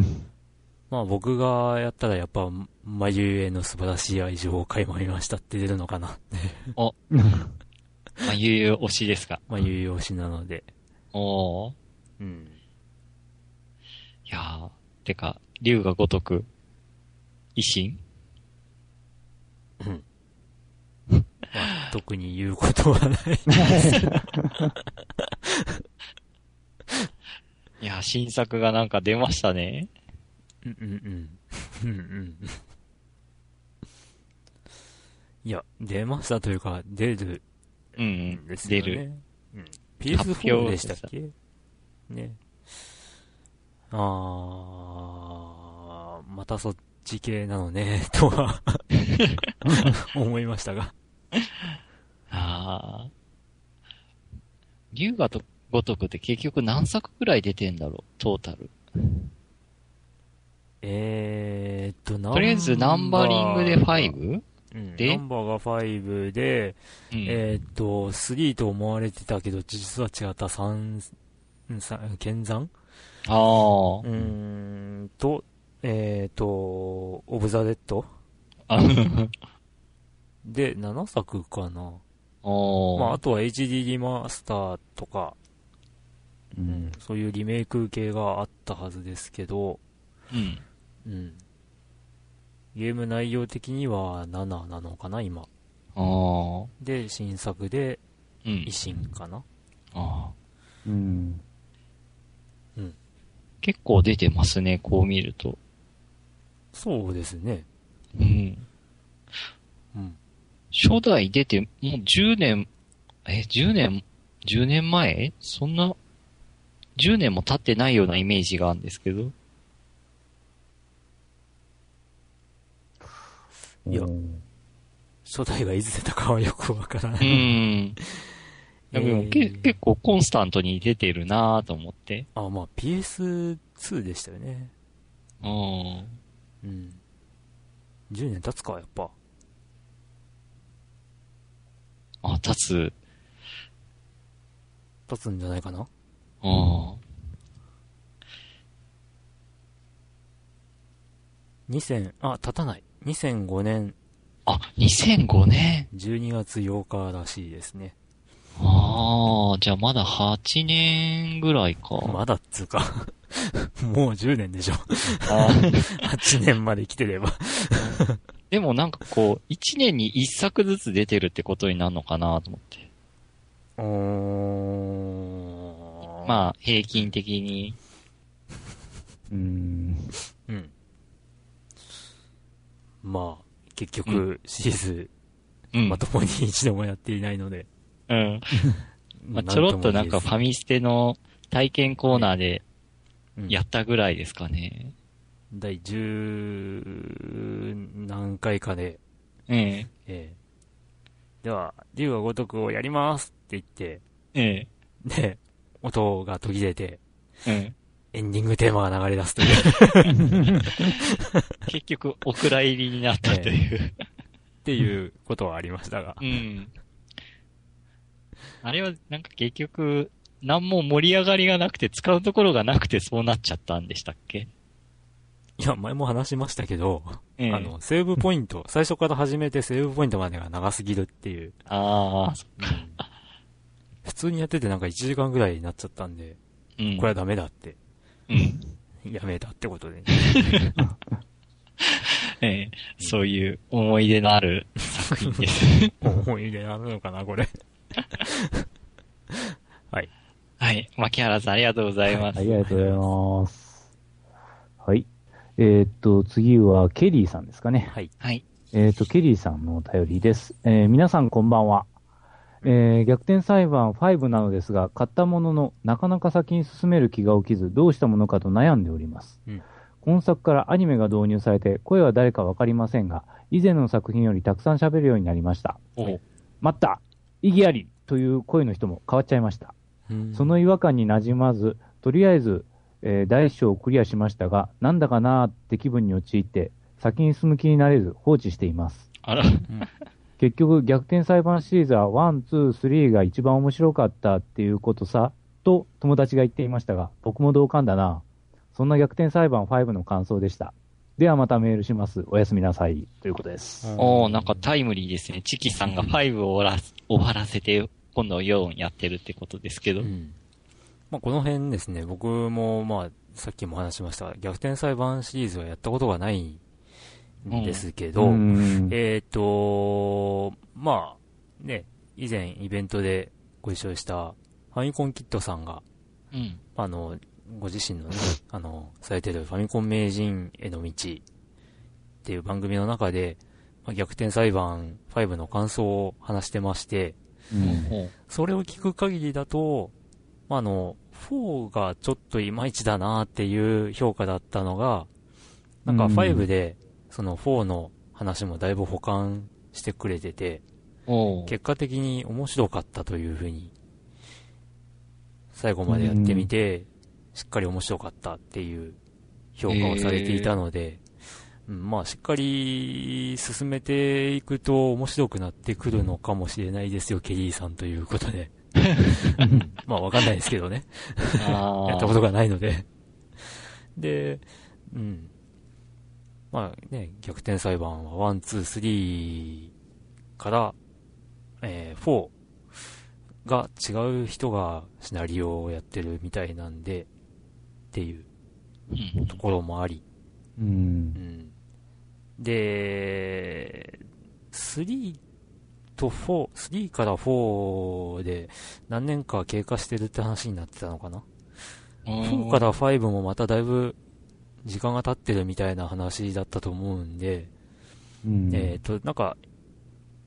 A: まあ僕がやったらやっぱ、眉への素晴らしい愛情を垣間見ましたって出るのかな。
B: まあ、いう推しですか。
A: まあ有用しなので。
B: おー。
A: うん。
B: いやー、てか、竜が如く、維新
A: まあ特に言うことはない。
B: いやー、新作がなんか出ましたね。
A: うんうんうん。うんうん。いや、出ましたというか、出る
B: うん
A: ん
B: う
A: で
B: ん、
A: す
B: 出
A: よね。
B: る。。
A: うん。
B: 発表
A: PS4 でしたっけね。あー、またそっち系なのね、とは、思いましたが。
B: ああ。竜がと如くって結局何作くらい出てんだろうトータル。
A: えーっと、
B: とりあえずナンバリングで 5?
A: うん
B: で
A: ナンバーが5で、
B: うん。
A: えーっと、3と思われてたけど、実は違った3、うん三剣山
B: あ
A: うーんと、えっ、と、オブザ・デッド
B: あ。あ
A: で、7作かな。
B: おー
A: まあ、あとは HD リマスターとか、
C: うん。
A: そういうリメイク系があったはずですけど、
B: うん。
A: うん。ゲーム内容的には7なのかな、今。
B: あー
A: で、新作で
B: うん
A: 維。新かな。
B: あー
C: うん。
B: 結構出てますね、こう見ると。
A: そうですね。
B: うん。
A: うん。
B: 初代出て、もう10年、え、10年10年前そんな、10年も経ってないようなイメージがあるんですけど。
A: いや
C: うん
A: 初代がいつ出たかはよくわからな
B: う
A: い。
B: ん。 でもけ、
A: えー
B: 結構コンスタントに出てるなぁと思って。
A: あ、まあ PS2 でしたよね。
B: うん。
A: うん。10年経つか、やっぱ。
B: あ、立つ。
A: 経つんじゃないかな
B: うん。
A: 2000、あ、経たない。2005年
B: あ、2005年。
A: 12月8日らしいですね。
B: ああ、じゃあまだ8年ぐらいか。
A: まだっつうか、 もう10年でしょ。
B: あー
A: 8年まで生きてれば。
B: でもなんかこう、1年に1作ずつ出てるってことになるのかなと思って。
A: うーん。
B: まあ、平均的に。
C: うん。
A: うん。まあ、結
B: う
A: 局、シリーズ、
B: うん。
A: まともに一度もやっていないので。
B: うん。まあ、ちょろっとなんかファミステの体験コーナーで
A: うん
B: やったぐらいですかね。
A: 第十何回かで、
B: え
A: ええでは、竜が如くをやりますって言って、
B: え。え
A: で、音が途切れて、
B: え。うん。
A: エンディングテーマが流れ出すと いう。っ
B: 結局、お蔵入りになったという。
A: ていうことはありましたが
B: う。ん。あれは、なんか結局、何も盛り上がりがなくて、使うところがなくてそうなっちゃったんでしたっけ
A: いや、前も話しましたけど、
B: ええ
A: あの、セーブポイント、最初から始めてセーブポイントまでが長すぎるっていう。
B: ああ、
A: 普通にやっててなんか1時間ぐらいになっちゃったんで、
B: うん。
A: これはダメだって、
B: うん。
A: やめたってことで、
B: ええ、そういう思い出のある作品です。
A: 思い出あるのかな、これ。
B: はい。牧原さん、ありがとうございます。
C: ありがとうございます。はい。えーっと、次はケリーさんですかね。
A: はい。
B: はい。
C: えーっと、ケリーさんのお便りです。えー皆さんこんばんは。えー逆転裁判5なのですが、買ったものの、なかなか先に進める気が起きず、どうしたものかと悩んでおります。
A: うん
C: 今作からアニメが導入されて、声は誰かわかりませんが、以前の作品よりたくさん喋るようになりました。
B: お
C: 待った意義ありという声の人も変わっちゃいました。その違和感になじまず、とりあえず、えー第一章をクリアしましたが、なんだかなーって気分に陥って、先に進む気になれず放置しています。
B: あら、
C: 結局、逆転裁判シリーズは1、2、3が一番面白かったっていうことさ、と友達が言っていましたが、僕も同感だな。そんな逆転裁判5の感想でした。ではまたメールします。おやすみなさい。ということです。
B: おおなんかタイムリーですね。チキさんが5を終わら終わらせて、今度4やってるってことですけど。
A: うんまあ、この辺ですね、僕も、まあ、さっきも話しましたが、逆転裁判シリーズはやったことがないんですけど、
C: ん
A: えっ、とまあ、ね、以前イベントでご一緒したファミコンキットさんが、
B: うん。
A: あの、ご自身のね、 あの、されてるファミコン名人への道っていう番組の中で、まあ逆転裁判5の感想を話してまして、
C: うん
B: おう
A: それを聞く限りだと、まあ、あの、4がちょっといまいちだなっていう評価だったのが、なんか
C: うん
A: 5で、その4の話もだいぶ補完してくれてて、
B: おう
A: 結果的に面白かったというふうに、最後までやってみて、しっかり面白かったっていう評価をされていたので、うんまあしっかり進めていくと面白くなってくるのかもしれないですよ、ケリーさんということ で。うんまあわかんないですけどね。
B: あー
A: やったことがないので。 で、うん。まあね、逆転裁判は1、2、3から、えー、4が違う人がシナリオをやってるみたいなんで、っていう
B: うん
A: ところもあり、
C: うん
A: うん。で、3と4、3から4で何年か経過してるって話になってたのかな4から5もまただいぶ時間が経ってるみたいな話だったと思うんで、
C: うん
A: えっ、と、なんか、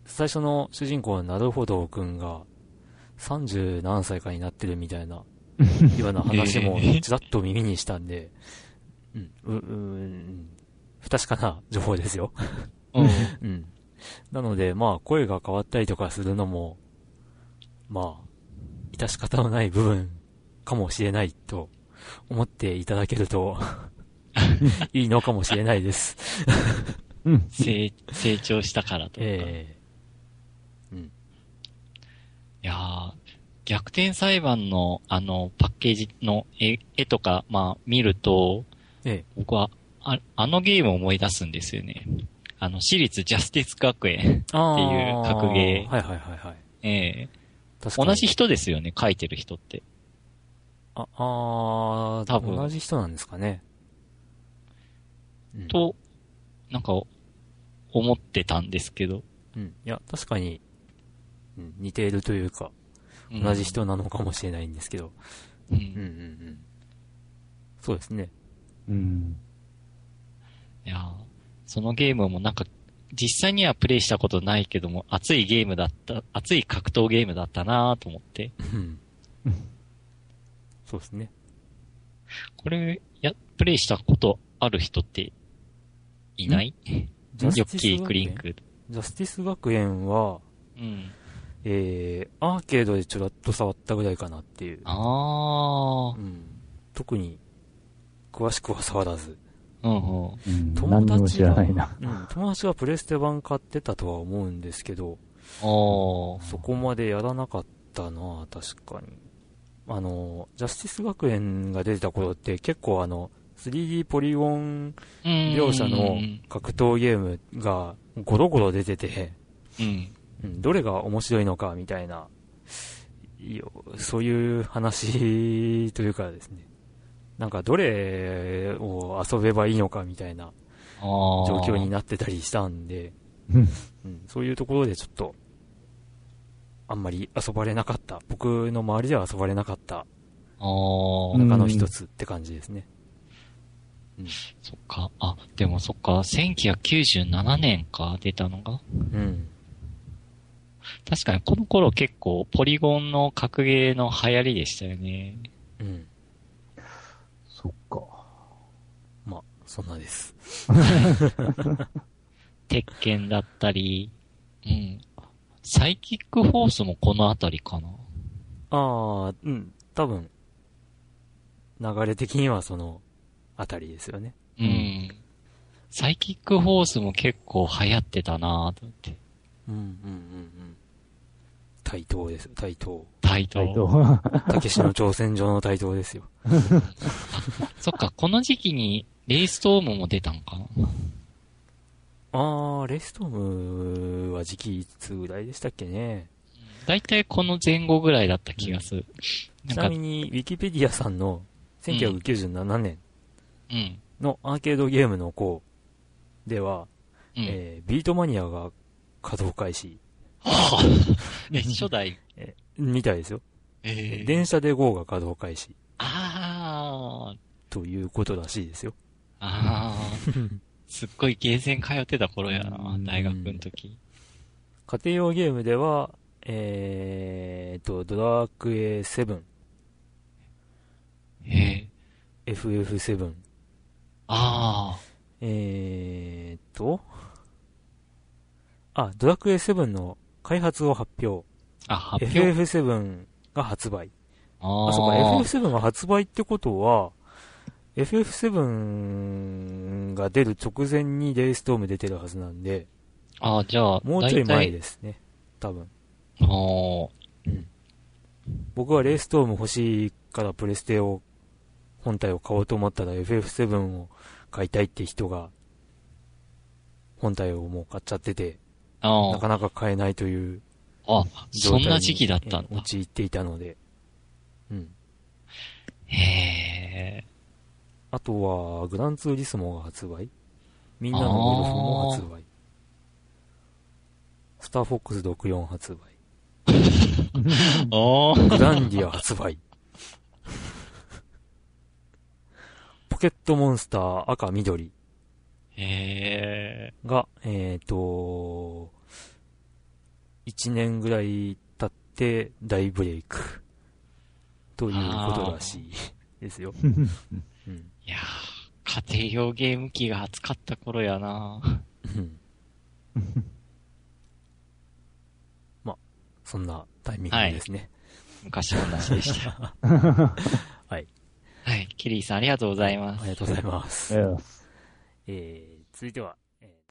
A: 最初の主人公のなるほどくんが、 30何歳かになってるみたい な、ような話もちらっと耳にしたんで、うん、う、うーん、不確かな情報ですよ。
B: うん。
A: うん。なので、まあ、声が変わったりとかするのも、まあ、致し方のない部分かもしれないと思っていただける と、いいのかもしれないです。
C: うん。
B: 成成長したからというか。
A: え
B: いやー逆転裁判の、あの、パッケージの絵絵とか、まあ、見ると、
A: ええ
B: 僕はあ、あのゲームを思い出すんですよね。あの、私立ジャスティス学園。
A: えあ
B: ーっていう格ゲー
A: はいはいはいはい。
B: ええ
A: 確かに
B: 同じ人ですよね、書いてる人って。
A: あ、あー
B: 多分
A: 同じ人なんですかね。うん、
B: と、なんか、思ってたんですけど。
A: うん。いや、確かに、うん似ているというか、
B: うん
A: 同じ。人なのかもしれないんですけど。う
B: う
A: んうん
B: ん。
A: うん。そうですね。
C: うん。
B: いやーそのゲームもなんか、実際にはプレイしたことないけども、熱いゲームだった、熱い格闘ゲームだったなーと思って。
A: うんそうですね。
B: これ、や、プレイしたことある人って、いない
A: ジ
B: ヨ
A: ャステ
B: ッ
A: ィス
B: キー・クリンク。
A: ジャスティス学園は、
B: うん。
A: えー、アーケードでちょらっと触ったぐらいかなっていう。
B: あ
A: うん、特に、詳しくは触らず。
B: ー。うんうん。
C: うん
A: 友達
C: 何にも知らないな。
A: うん、友達がプレステ版買ってたとは思うんですけど、
B: おー。
A: そこまでやらなかったな、確かに。あの、ジャスティス学園が出てた頃って結構あの、3D ポリゴン描写
B: う
A: の
B: ん
A: 格闘ゲームがゴロゴロ出てて、
B: うん。
A: うんどれが面白いのかみたいな、いいよそういう話というかですね、なんかどれを遊べばいいのかみたいな
B: あー。
A: 状況になってたりしたんで、
C: うん
A: うんそういうところでちょっと、あんまり遊ばれなかった、僕の周りでは遊ばれなかった
B: あー。
C: うん
A: 中の一つって感じですね。
B: そっか。あ、でもそっか。1997年か、出たのが。
A: うん。
B: 確かに、この頃結構、ポリゴンの格ゲーの流行りでしたよね。
A: うん。
C: そっ か。
A: まあ、そんなです。
B: 鉄拳だったり、うん。サイキックフォースもこのあたりかな。
A: ああ、うん、多分、流れ的にはその、あたりですよね。
B: うん。サイキックフォースも結構流行ってたなぁと思って。
A: うんうんうんうん。対等ですよ、対等。
B: タイト
C: はい、
B: ル。
C: と。
A: たけしの挑戦状の対等ですよ。
B: そっか、この時期にレイストームも出たんかな。
A: あー、レイストームは時期いつぐらいでしたっけね。
B: だいたいこの前後ぐらいだった気がする。
A: ち
B: な
A: なんみ
B: か、
A: に、ウィキペディアさんの1997年
B: うん。
A: のアーケードゲームの項では、
B: うん。
A: えービートマニアが稼働開始、
B: はぁ え、初代。
A: みたいですよ。
B: え
A: 電車で GO が稼働開始、
B: あー、
A: ということらしいですよ。
B: あー、すっごいゲーセン通ってた頃やな
A: うん
B: 大学の時。
A: 家庭用ゲームでは、えーっと、ドラクエ7、
B: ええ
A: FF7、
B: あ
A: えーっと、あ、ドラクエ7の開発を発表。
B: ー、あ、発表。
A: FF7 が発売。
B: あー
A: あ、そうか、FF7 が発売ってことは、FF7 が出る直前にデイストーム出てるはずなんで、
B: あー、じゃあ、
A: もうちょい前
B: で。
A: ですね。多分。
B: あー、
A: 僕はレイストーム欲しいからプレステを、本体を買おうと思ったら FF7 を買いたいって人が、本体をもう買っちゃってて、
B: あ
A: なかなか買えないという
B: あ、
A: 状
B: そ
A: 態に
B: んな時期だったん
A: えー
B: だ。
A: 陥っていたので。うん。
B: へえ。
A: あとは、グランツーリスモが発売みんなのゴルフも発売。スターフォックス64発売。
B: あ
A: グランディア発売。 ポケットモンスター赤緑
B: へえ。
A: が、えっ、と、1年ぐらい経って大ブレイク。ということらしいですよ。 うん。
B: いやー、家庭用ゲーム機が扱った頃やな
A: うんまあ、そんなタイミングですね。
B: 昔話でした。
A: はい。
B: はい、キリーさんありがとうございます
A: あ。りがとうございます。
C: ええ
A: えー、続いては、